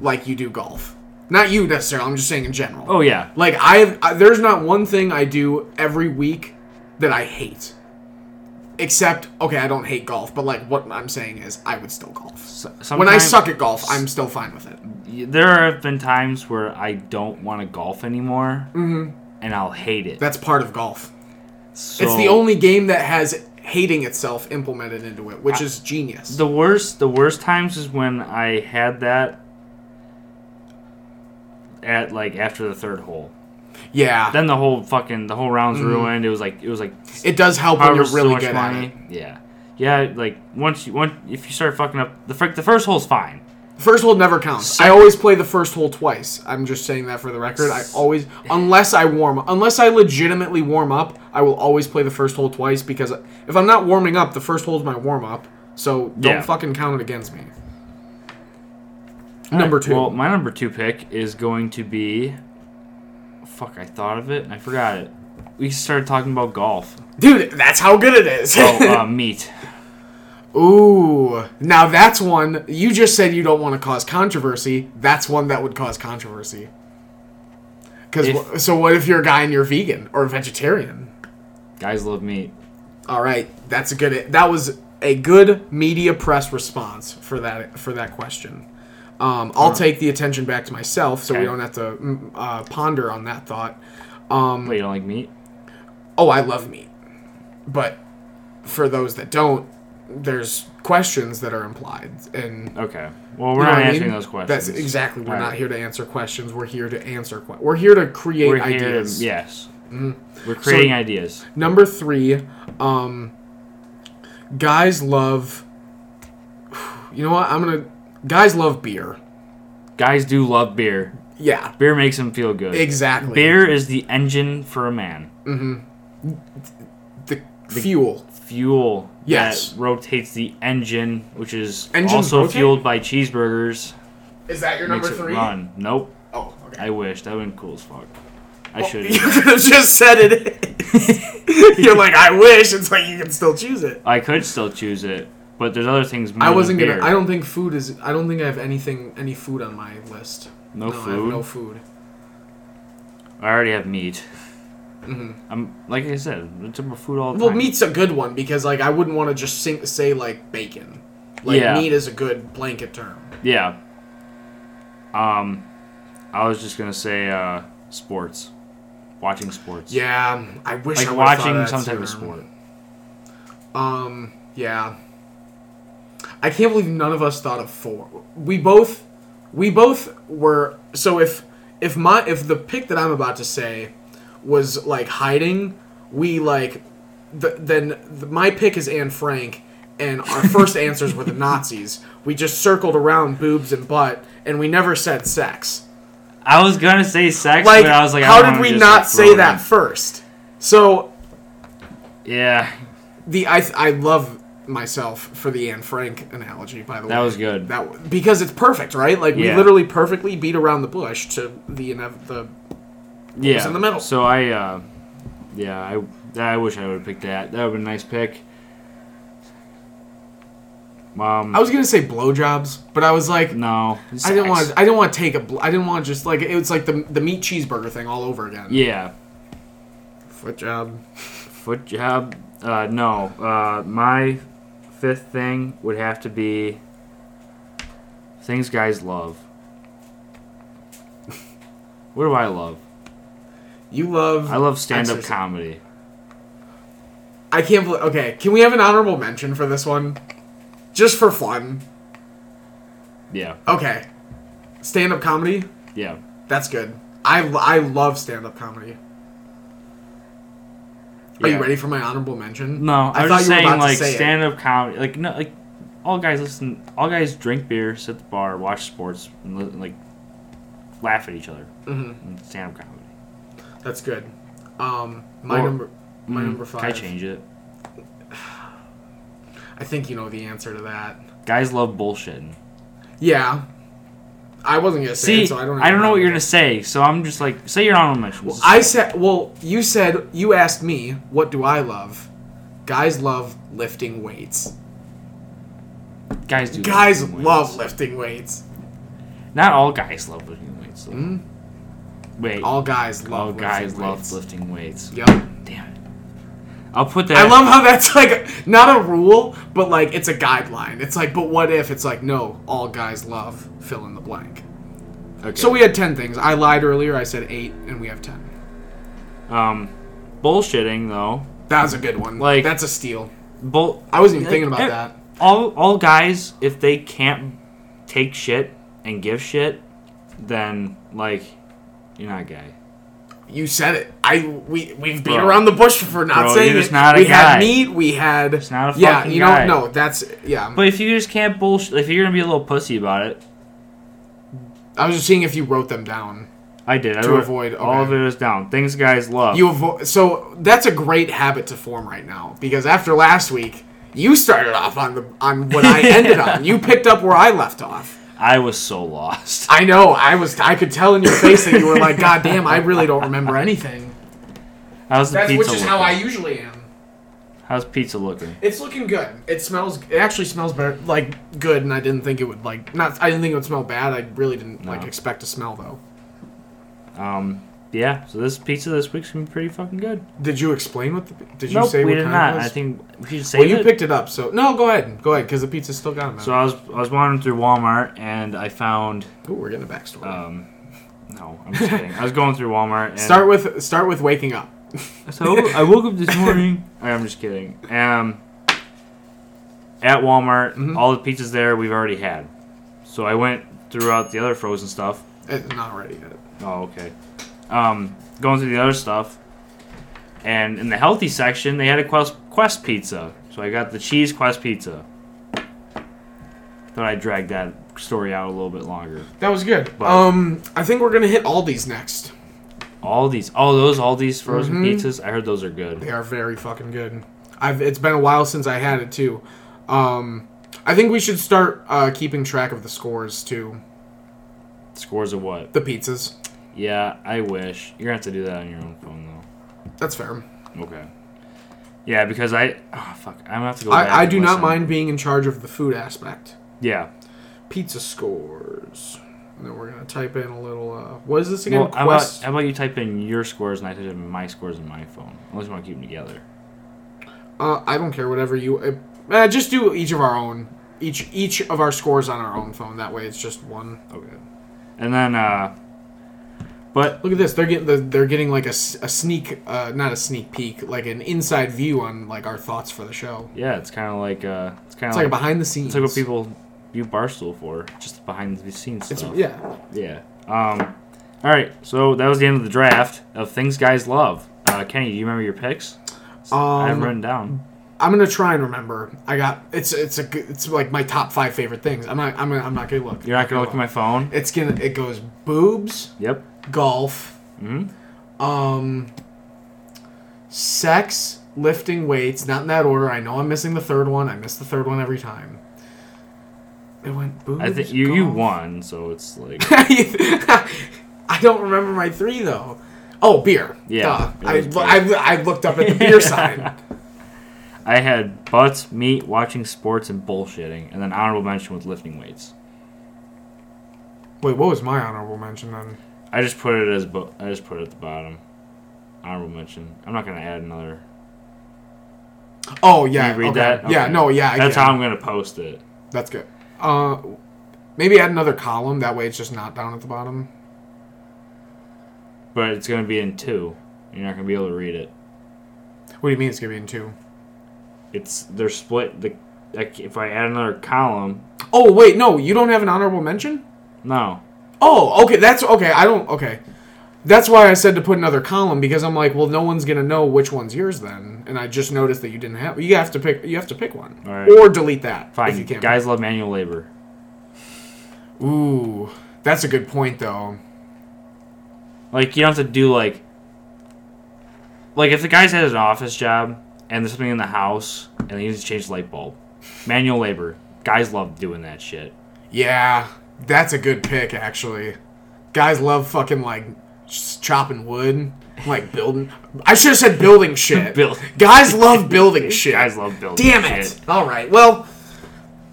like you do golf. Not you necessarily. I'm just saying in general. Oh yeah. Like I've I, there's not one thing I do every week that I hate. Except okay, I don't hate golf, but like what I'm saying is I would still golf. When I Sometime- suck at golf, I'm still fine with it. there have been times where I don't want to golf anymore, and I'll hate it. That's part of golf. So Mm-hmm. it's the only game that has hating itself implemented into it, which is genius. the worst. The worst times is when I had that at like after the third hole. yeah. Then the whole fucking the whole round's Mm-hmm. ruined. It was like it was like it does help when however you're so really much good at money. it. Yeah, yeah. Like once you once if you start fucking up the fir- the first hole's fine. First hole never counts. I always play the first hole twice. I'm just saying that for the record. I always, unless I warm, unless I legitimately warm up, I will always play the first hole twice because if I'm not warming up, the first hole's my warm up. So don't Yeah. fucking count it against me. Number two. Well, my number two pick is going to be. Fuck! I thought of it and I forgot it. We started talking about golf. Dude, that's how good it is. <laughs> Oh, uh, meat. Ooh. Now that's one. You just said you don't want to cause controversy. That's one that would cause controversy. Cause If- wh- so what if you're a guy and you're vegan or a vegetarian? Guys love meat. All right, that's a good. That was a good media press response for that for that question. Um, I'll take the attention back to myself, so we Okay. don't have to mm, uh, ponder on that thought. Um, Wait, you don't like meat? Oh, I love meat, but for those that don't, there's questions that are implied, and Okay. Well, we're You know not what I answering mean? those questions. That's exactly. We're All not right. here to answer questions. We're here to answer. Que- we're here to create We're here. ideas. Mm. Yes. We're creating ideas. Number three, um, guys love. You know what? I'm gonna. Guys love beer. Guys do love beer. Yeah, Beer makes them feel good. exactly. Beer is the engine for a man. the, fuel. Fuel Yes. that rotates the engine, which is Engines also rotate? fueled by cheeseburgers. Is that your makes it run. Nope. Oh, okay. I wished. That would been cool as fuck. I should <laughs> You have. could have just said it. <laughs> You're like, I wish. It's like you can still choose it. I could still choose it, but there's other things. More I wasn't than gonna. beer. I don't think food is. I don't think I have anything. Any food on my list. No I have food? no food. I already have meat. I'm like I said, it's about food all the Mm-hmm. Well, time. meat's a good one because like I wouldn't want to just sing, say like bacon. Like Yeah. meat is a good blanket term. Yeah. Um, I was just gonna say uh, sports, watching sports. Yeah, I wish like I would've thought watching of that some type of sooner. sport. Um, yeah. I can't believe none of us thought of four. We both, we both were. So if if my if the pick that I'm about to say was like hiding, we like, th- then th- my pick is Anne Frank, <laughs> and our first answers were the Nazis. We just circled around boobs and butt, and we never said sex. I was gonna say sex, Like, but I was like, I how don't did wanna we just, not like, say throw it that first? So in. Yeah, the I I love myself for the Anne Frank analogy. By the way, that was good. that because it's perfect, right? Like we Yeah. literally perfectly beat around the bush to the inev- the yeah, in the middle. So I, uh, yeah, I, I wish I would have picked that. That would have been a nice pick. Mom, I was gonna say blowjobs, but I was like, Um, no, I didn't want to. I didn't want to take a. Bl- I didn't want to just like it was like the the meat cheeseburger thing all over again. Yeah, Foot job. Foot job? Uh, no. Uh, my fifth thing would have to be things guys love. <laughs> what do I love? You love. I love stand up Exercise. comedy. I can't believe. Okay, can we have an honorable mention for this one? Just for fun. Yeah, Okay. Stand up comedy. yeah. That's good. I, I love stand up comedy. Are Yeah. you ready for my honorable mention? No, I, was just saying like it. stand up comedy. Like no, like all guys listen. All guys drink beer, sit at the bar, watch sports, and li- like laugh at each other. Mm-hmm. Stand up comedy. That's good. Um, my Well, number, my Mm, number Can I five. change it? I think you know the answer to that. Guys love bullshitting. Yeah, I wasn't gonna say See, it, so I don't. I don't even know what you're gonna say, so I'm just like, say your honorable mentions. I said. Well, you said you asked me, "What do I love?" Guys love lifting weights. guys do. Guys lifting weights. love lifting weights. Not all guys love lifting weights. Though. Wait, all, Hmm? All guys love. lifting guys love weights. lifting weights. Yep. Damn it! I'll put that. I love how that's like not a rule, but like it's a guideline. It's like, but what if it's like, no, all guys love fill in the blank. Okay. So we had ten things. I lied earlier. I said eight, and we have ten. um, bullshitting though. That was a good one. Like Like- that's a steal. Bull. I wasn't even like, thinking about eh, that. All all guys, if they can't take shit and give shit, then like, you're not a guy. You said it. I we we've been Bro. around the bush for not Bro, saying you're just it. not a we had guy. meat. We had it's not a yeah. fucking You know guy. no. That's yeah. But if you just can't bullshit, if you're gonna be a little pussy about it, I was just seeing if you wrote them down. I did. I To wrote- avoid- all of okay. it is down. Things guys love. You avo- so that's a great habit to form right now because after last week you started off on the on <laughs> what I ended on. You picked up where I left off. I was so lost. <laughs> I know. I was. I could tell in your face that you were like, "God damn, I really don't remember anything." How's the That's pizza which is looking? how I usually am. How's pizza looking? It's looking good. It smells. It actually smells better, like good. And I didn't think it would like not. I didn't think it would smell bad. I really didn't like No. expect a smell though. Um, yeah, so this pizza this week's gonna be pretty fucking good. Did you explain what the did you nope, say we what did kind not. it was? I think we should save well, you it. picked it up, so no, go ahead, go ahead, because the pizza's still got so them. I was I was wandering through Walmart and I found Ooh, we're getting a backstory. um, no, I'm just kidding. I was going through Walmart. And start with start with waking up. So I woke up this <laughs> morning. I'm just kidding. Um, at Walmart, Mm-hmm. all the pizzas there we've already had. So I went throughout the other frozen stuff. It's Eh, not ready yet. Oh, okay. Um, going through the other stuff, and in the healthy section they had a quest quest pizza. So I got the cheese quest pizza. Thought I'd drag that story out a little bit longer. That was good. But- um, I think we're gonna hit Aldi's next. All these, all those, all these frozen Mm-hmm. pizzas. I heard those are good. They are very fucking good. I've it's been a while since I had it too. Um, I think we should start uh, keeping track of the scores too. Scores of what? The pizzas. Yeah, I wish. You're gonna have to do that on your own phone That's fair. though. Okay. Yeah, because I oh, fuck, I'm gonna have to go. back I, I and do not listen. mind being in charge of the food aspect. Yeah. Pizza scores. And then we're gonna type in a little. Uh, what is this again? Well, how about, Quest. how about you type in your scores and I type in my scores in my phone? Unless you want to keep them together. uh, I don't care. Whatever you. Uh, uh, just do each of our own. Each each of our scores on our own phone. That way, it's just one. Okay. And then, uh, but Look at this. They're getting the, they're getting like a, s- a sneak, uh, not a sneak peek, like an inside view on like our thoughts for the show. yeah, it's kind of like uh, it's kind of It's like like, a behind the scenes. it's like what people view Barstool for, just behind the scenes It's, stuff. yeah. Yeah. Um. All right. So that was the end of the draft of things guys love. Uh, Kenny, do you remember your picks? I have Um, written down. I'm gonna try and remember. I got it's it's a g- it's like my top five favorite things. I'm not I'm gonna, I'm not gonna look. You're not gonna look at my phone. It's gonna it goes boobs, Yep. golf, Mm-hmm. um, sex, lifting weights. Not in that order. I know I'm missing the third one. I miss the third one every time. It went boobs. I think you you golf, won, so it's like <laughs> I don't remember my three though. Oh, beer. Yeah, Duh. it I, was beer. I, I looked up at the <laughs> beer sign. I had butts, meat, watching sports, and bullshitting, and then honorable mention with lifting weights. Wait, what was my honorable mention then? I just put it as bo- I just put it at the bottom. Honorable mention. I'm not gonna add another. Oh yeah, You read okay. that? Yeah, Okay. no, yeah, I That's can. how I'm gonna post it. That's good. Uh, maybe add another column. That way, it's just not down at the bottom. But it's gonna be in two. You're not gonna be able to read it. What do you mean it's gonna be in two? It's they're split. The like, if I add another column, Oh wait, no, you don't have an honorable mention. no. Oh, okay, that's okay. I don't okay. That's why I said to put another column because I'm like, well, no one's gonna know which one's yours then, and I just noticed that you didn't have. You have to pick. You have to pick one, All right. or delete that Fine. if you can't. Guys love manual labor. Ooh, that's a good point though. Like you don't have to do like like if the guy's has an office job and there's something in the house and they need to change the light bulb. Manual labor. Guys love doing that shit. Yeah, that's a good pick actually. Guys love fucking like s- chopping wood, like building. I should have said building <laughs> shit. Build- Guys love <laughs> building shit. Guys love building Damn it! shit. <laughs> All right. Well,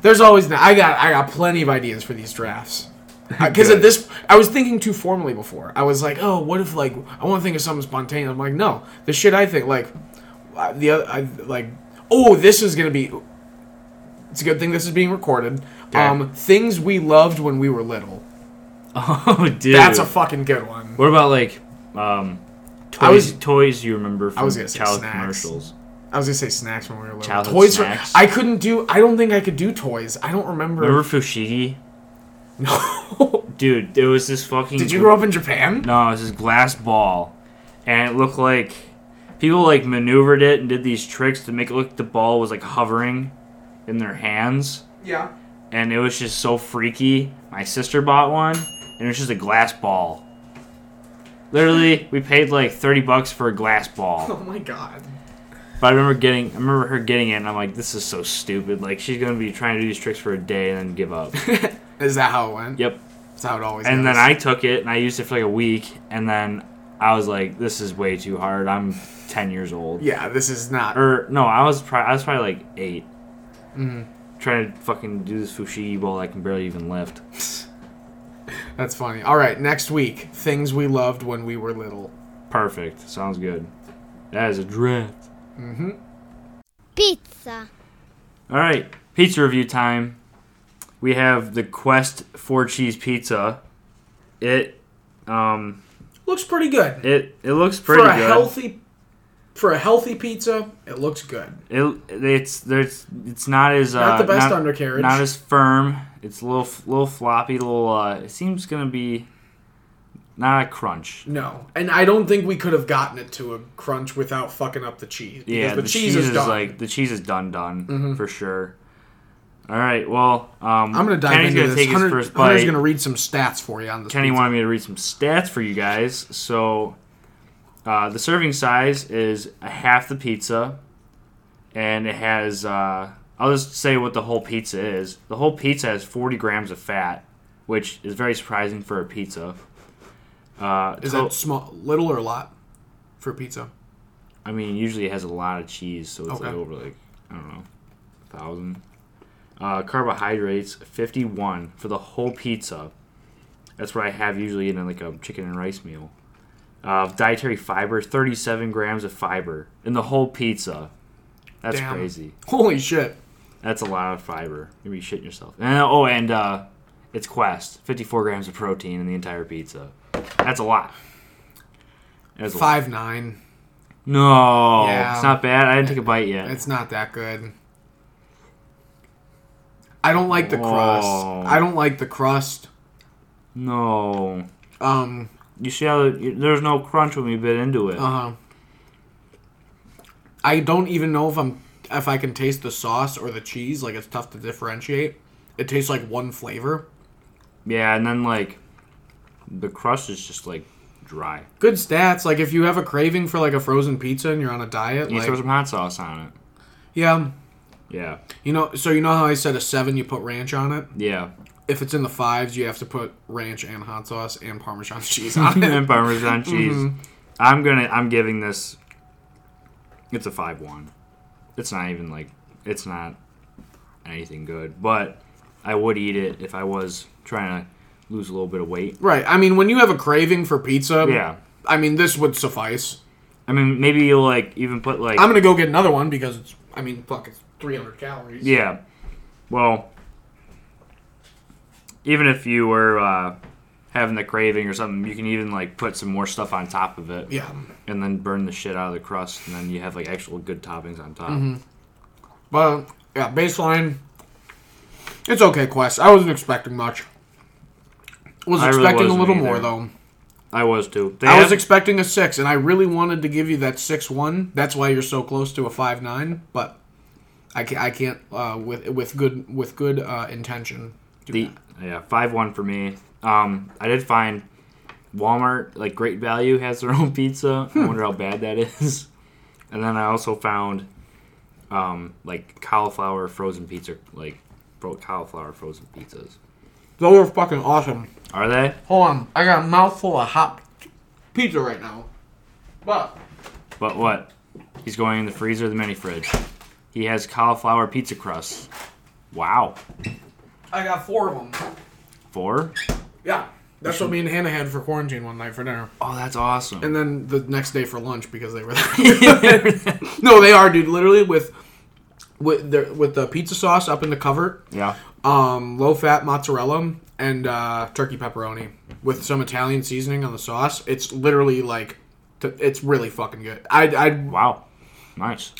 there's always that. I got I got plenty of ideas for <laughs> these drafts. Because at Good. this, I was thinking too formally before. I was like, oh, what if like I want to think of something spontaneous. I'm like, no, the shit I think like uh, the other I, like oh, this is gonna be. It's a good thing this is being recorded. Um, things we loved when we were little. Oh dude. That's a fucking good one. What about like um toys I was- toys you remember from was gonna say child snacks. commercials? I was gonna say snacks when we were little. Childhood toys. were- snacks. I couldn't do. I don't think I could do toys. I don't remember. Remember Fushigi? <laughs> No. Dude, there was this fucking Did you grow up in Japan? No, it was this glass ball, and it looked like people like maneuvered it and did these tricks to make it look like the ball was like hovering in their hands, Yeah. and it was just so freaky. My sister bought one, and it was just a glass ball. Literally, we paid like thirty bucks for a glass ball. <laughs> Oh my god. But I remember getting, I remember her getting it, and I'm like, this is so stupid. Like she's gonna be trying to do these tricks for a day and then give up. Is that how it went? yep. That's how it always. And goes. then I took it and I used it for like a week, and then I was like, "This is way too hard. I'm ten years old." Yeah, this is not. Or no, I was probably I was probably like 8 Trying to fucking do this fushigi ball I can barely even lift. That's funny. All right, next week, things we loved when we were little. Perfect. Sounds good. That is a draft. Pizza. All right, pizza review time. We have the Quest Four Cheese Pizza. It, um, Looks pretty good. it it looks pretty for a good. healthy for a healthy pizza, it looks good. It it's there's it's not as uh, Not the best undercarriage. Not as firm. It's a little f- little floppy. Little. Uh, it seems gonna be not a crunch. No, and I don't think we could have gotten it to a crunch without fucking up the cheese. Because Yeah, the, cheese, is, done. Mm-hmm. like the cheese is done done for sure. All right. Well, um, I'm gonna dive Kenny's into gonna this. take Hunter- his first Hunter's bite. gonna read some stats for you on this. Kenny pizza. wanted me to read some stats for you guys. So, uh, the serving size is a half the pizza, and it has. Uh, I'll just say what the whole pizza is. The whole pizza has 40 grams of fat, which is very surprising for a pizza. Uh, is to- that small, little or a lot for pizza? I mean, usually it has a lot of cheese, so it's like Okay. over like I don't know, a thousand. Uh, carbohydrates, fifty-one for the whole pizza. That's what I have usually in like a chicken and rice meal. Uh, dietary fiber, thirty-seven grams of fiber in the whole pizza. That's Damn. crazy. Holy shit! That's a lot of fiber. You'd be shitting yourself. And, oh, and uh, it's Quest, fifty-four grams of protein in the entire pizza. That's a lot. That's a lot. Five nine. No, Yeah. it's not bad. I didn't take a bite yet. It's not that good. I don't like the crust. Whoa. I don't like the crust. no, Um. you see how the- there's no crunch when we bit into it. Uh huh. I don't even know if I'm if I can taste the sauce or the cheese. Like it's tough to differentiate. It tastes like one flavor. Yeah, and then like the crust is just like dry. Good stats. Like if you have a craving for like a frozen pizza and you're on a diet, You like throw some hot sauce on it. yeah, Yeah, you know. So you know how I said a seven, you put ranch on it. yeah, If it's in the fives, you have to put ranch and hot sauce and Parmesan cheese <laughs> on it. and Parmesan cheese. I'm gonna. I'm giving this. It's a five one. It's not even like it's not anything good, but I would eat it if I was trying to lose a little bit of weight. right. I mean, when you have a craving for pizza, Yeah, I mean this would suffice. I mean maybe you'll like even put like I'm gonna go get another one because it's. I mean, fuck, it's 300 calories. Yeah. Well, even if you were uh, having the craving or something, you can even like put some more stuff on top of it. Yeah. And then burn the shit out of the crust, and then you have like actual good toppings on top. Mm-hmm. But yeah, baseline. It's okay, Quest. I wasn't expecting much. Was I really expecting a wasn't little either. more though. I was too. They I have- was expecting a six, and I really wanted to give you that six one. That's why you're so close to a five nine. But I can't. I can't uh, with with good with good uh, intention. do the that. yeah five one for me. Um, I did find Walmart like Great Value has their <laughs> own pizza. Hmm. I wonder how bad that is. <laughs> And then I also found um, like cauliflower frozen pizza, like fro- cauliflower frozen pizzas. Those are fucking awesome. Are they? Hold on, I got a mouthful of hot pizza right now. But But what? He's going in the freezer, or the mini fridge. He has cauliflower pizza crust. Wow, I got four of them. four? Yeah, that's what me and Hannah had for quarantine one night for dinner, Oh, that's awesome. <laughs> and then the next day for lunch because they were <laughs> there. no, they are, dude. Literally with with their, with the pizza sauce up in the cover. yeah, um, low fat mozzarella and uh, turkey pepperoni with some Italian seasoning on the sauce. It's literally like, t- it's really fucking good. I, I, wow, nice.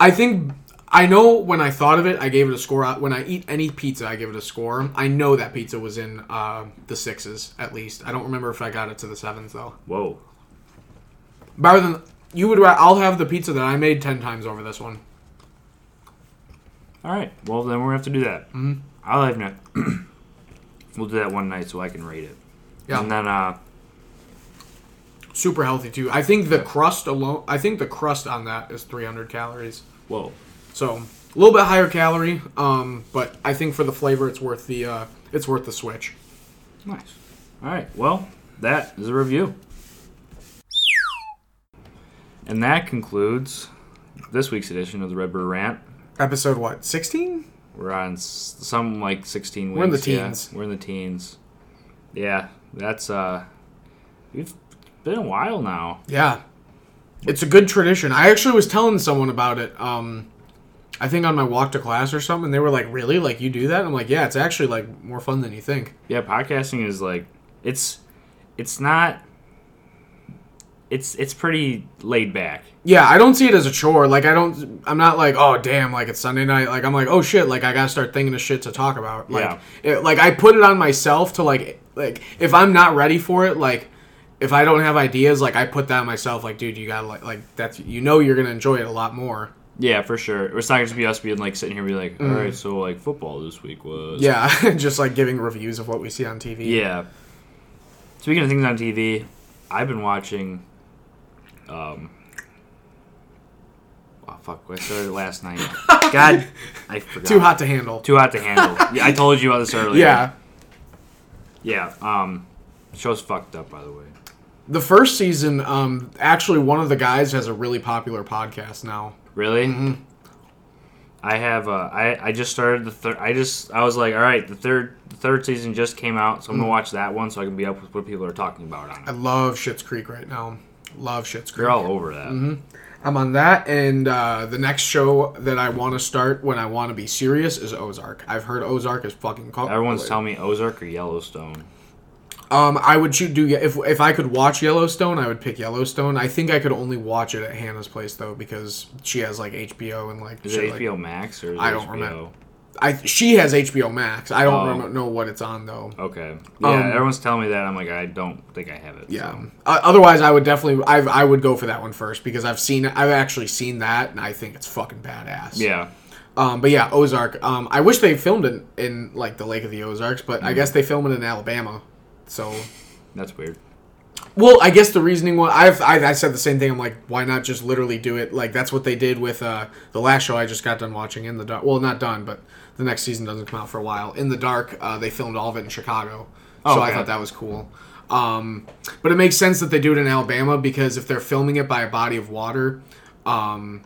I think, I know when I thought of it, I gave it a score. Uh, When I eat any pizza, I give it a score. I know that pizza was in uh, the sixes at least. I don't remember if I got it to the sevens though. Whoa, Better than you would. ra- I'll have the pizza that I made ten times over this one. All right. Well, then we're gonna have to do that. Mm-hmm. I'll have no. <clears throat> we'll do that one night so I can rate it. Yeah. And then uh, Super healthy too. I think the crust alone. I think the crust on that is 300 calories. whoa, So a little bit higher calorie, um, but I think for the flavor, it's worth the uh, it's worth the switch. nice. All right. Well, that is a review. And that concludes this week's edition of the Red Bird Rant. Episode what? Sixteen? We're on s- some like 16 weeks. We're in the yeah. teens. We're in the teens. Yeah, that's uh, it's been a while now. Yeah. It's a good tradition. I actually was telling someone about it. Um, I think on my walk to class or something, they were like, "Really? Like you do that?" I'm like, "Yeah, it's actually like more fun than you think." Yeah, podcasting is like it's it's not it's it's pretty laid back. Yeah, I don't see it as a chore. Like I don't, I'm not like, "Oh damn!" Like it's Sunday night. Like I'm like, "Oh shit!" Like I gotta start thinking of shit to talk about. Like, it, like I put it on myself to like, like if I'm not ready for it, like if I don't have ideas, like I put that on myself. Like, dude, you gotta like, like that's you know you're gonna enjoy it a lot more. Yeah, for sure. It's not gonna just be us being like sitting here, and be like, all right, so like football this week was. Mm. Yeah, <laughs> just like giving reviews of what we see on TV. Yeah. Speaking of things on TV, I've been watching. Um. Oh fuck! I started last <laughs> night. God, I forgot. Too hot to handle. Too hot to <laughs> handle. yeah, I told you about this earlier. yeah. Yeah. Um, show's fucked up, by the way. The first season, um, actually, one of the guys has a really popular podcast now. Really? Mm-hmm. I have. Uh, I I just started the third. I just I was like, all right, the third the third season just came out, so Mm-hmm. I'm gonna watch that one so I can be up with what people are talking about on I it. love Shit's Creek right now. Love Shit's Creek. They're all over that. Mm-hmm. I'm on that, and uh, the next show that I want to start when I want to be serious is Ozark. I've heard Ozark is fucking. Cult- Everyone's telling me Ozark or Yellowstone. Um, I would shoot do if if I could watch Yellowstone, I would pick Yellowstone. I think I could only watch it at Hannah's place though because she has like HBO and like Is shit it like- HBO Max or is I it don't HBO? remember. I she has HBO Max. I don't Oh. remember, know what it's on though. Okay. Yeah, Um, everyone's telling me that. I'm like, I don't think I have it. Yeah. Uh, otherwise, I would definitely I I would go for that one first because I've seen I've actually seen that and I think it's fucking badass. Yeah. Um, but yeah, Ozark. Um, I wish they filmed it in like the Lake of the Ozarks, but I guess they film it in Alabama. So, That's weird. well, I guess the reasoning was I've I, I said the same thing. I'm like, why not just literally do it? Like that's what they did with uh, the last show I just got done watching in the dark. Well, not done, but the next season doesn't come out for a while. In the dark, uh, they filmed all of it in Chicago, so I Oh, okay. thought that was cool. Um, but it makes sense that they do it in Alabama because if they're filming it by a body of water, um,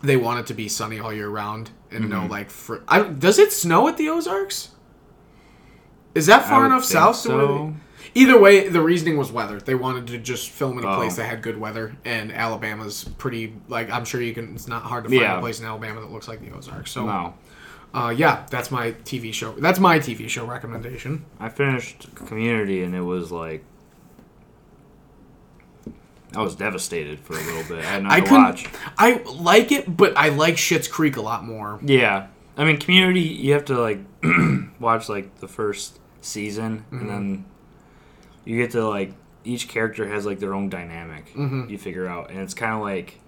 they want it to be sunny all year round and Mm-hmm. no like fr- I, don't- does it snow at the ozarks is that far would enough think south to where so. they- either way the reasoning was weather they wanted to just film in a Oh. place that had good weather and alabama's pretty like i'm sure you can it's not hard to find Yeah. a place in alabama that looks like the ozarks so No. uh, yeah that's my tv show that's my tv show recommendation I finished Community and it was like. I was devastated for a little bit. I had not i to couldn't watch. i like it but i like shits creek a lot more Yeah. I mean, Community, you have to like <clears throat> watch like the first season Mm-hmm. and then you get to like each character has like their own dynamic Mm-hmm. you figure out and it's kind of like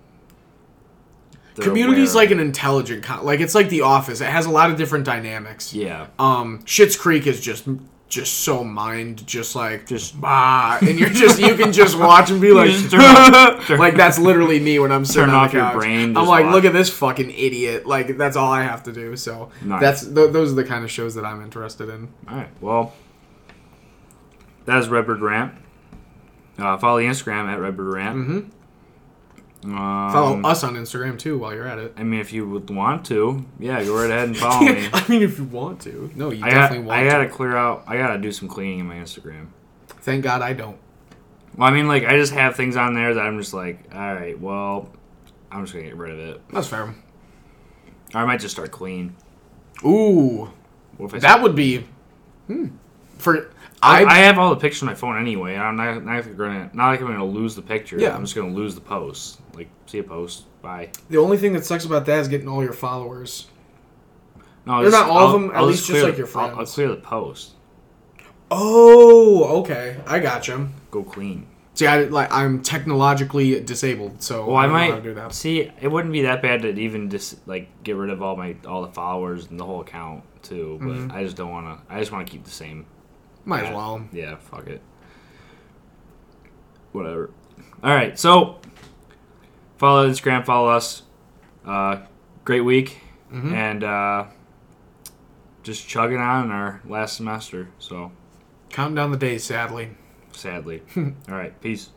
they're community's aware like of- an intelligent co- like it's like the office it has a lot of different dynamics yeah um Shits Creek is just just so mind just <laughs> like Just- bah and you're just you can just watch and <laughs> be like just turn <laughs> off- turn- like that's literally me when I'm sitting Turn on off the your couch. brain, I'm just like watch. look at this fucking idiot like that's all I have to do so Nice. that's th- those are the kind of shows that I'm interested in all right well that is redbird rant uh, follow the instagram at redbird rant mm-hmm. um, follow Oh, us on Instagram too while you're at it i mean if you would want to yeah go right <laughs> ahead and follow me I mean if you want to no you I, got, definitely I want gotta to clear out i gotta do some cleaning in my instagram thank God I don't Well, I mean, like, I just have things on there that I'm just like, all right, well, I'm just gonna get rid of it. that's fair Or I might just start clean. oooo What if I, that would be hmm for I, I have all the pictures on my phone anyway. and I'm not, not gonna, not like I'm gonna lose the picture. Yeah. I'm just gonna lose the post. Like, see a post, bye. the only thing that sucks about that is getting all your followers No, They're just- not all of I'll- them, at I'll least just clear like the- your I'll- I'll, friends. clear the post. Oh, okay. I gotcha. Go clean. See, I like I'm technologically disabled, so Well, I don't know how might to do that. see. It wouldn't be that bad to even just like get rid of all my all the followers and the whole account too. But Mm-hmm. I just don't wanna. I just wanna keep the same Might as well. Yeah, fuck it. Whatever. All right, so follow Instagram, follow us. Uh, great week, and uh, just chugging on our last semester. So Counting down the days, sadly. sadly, all right, peace.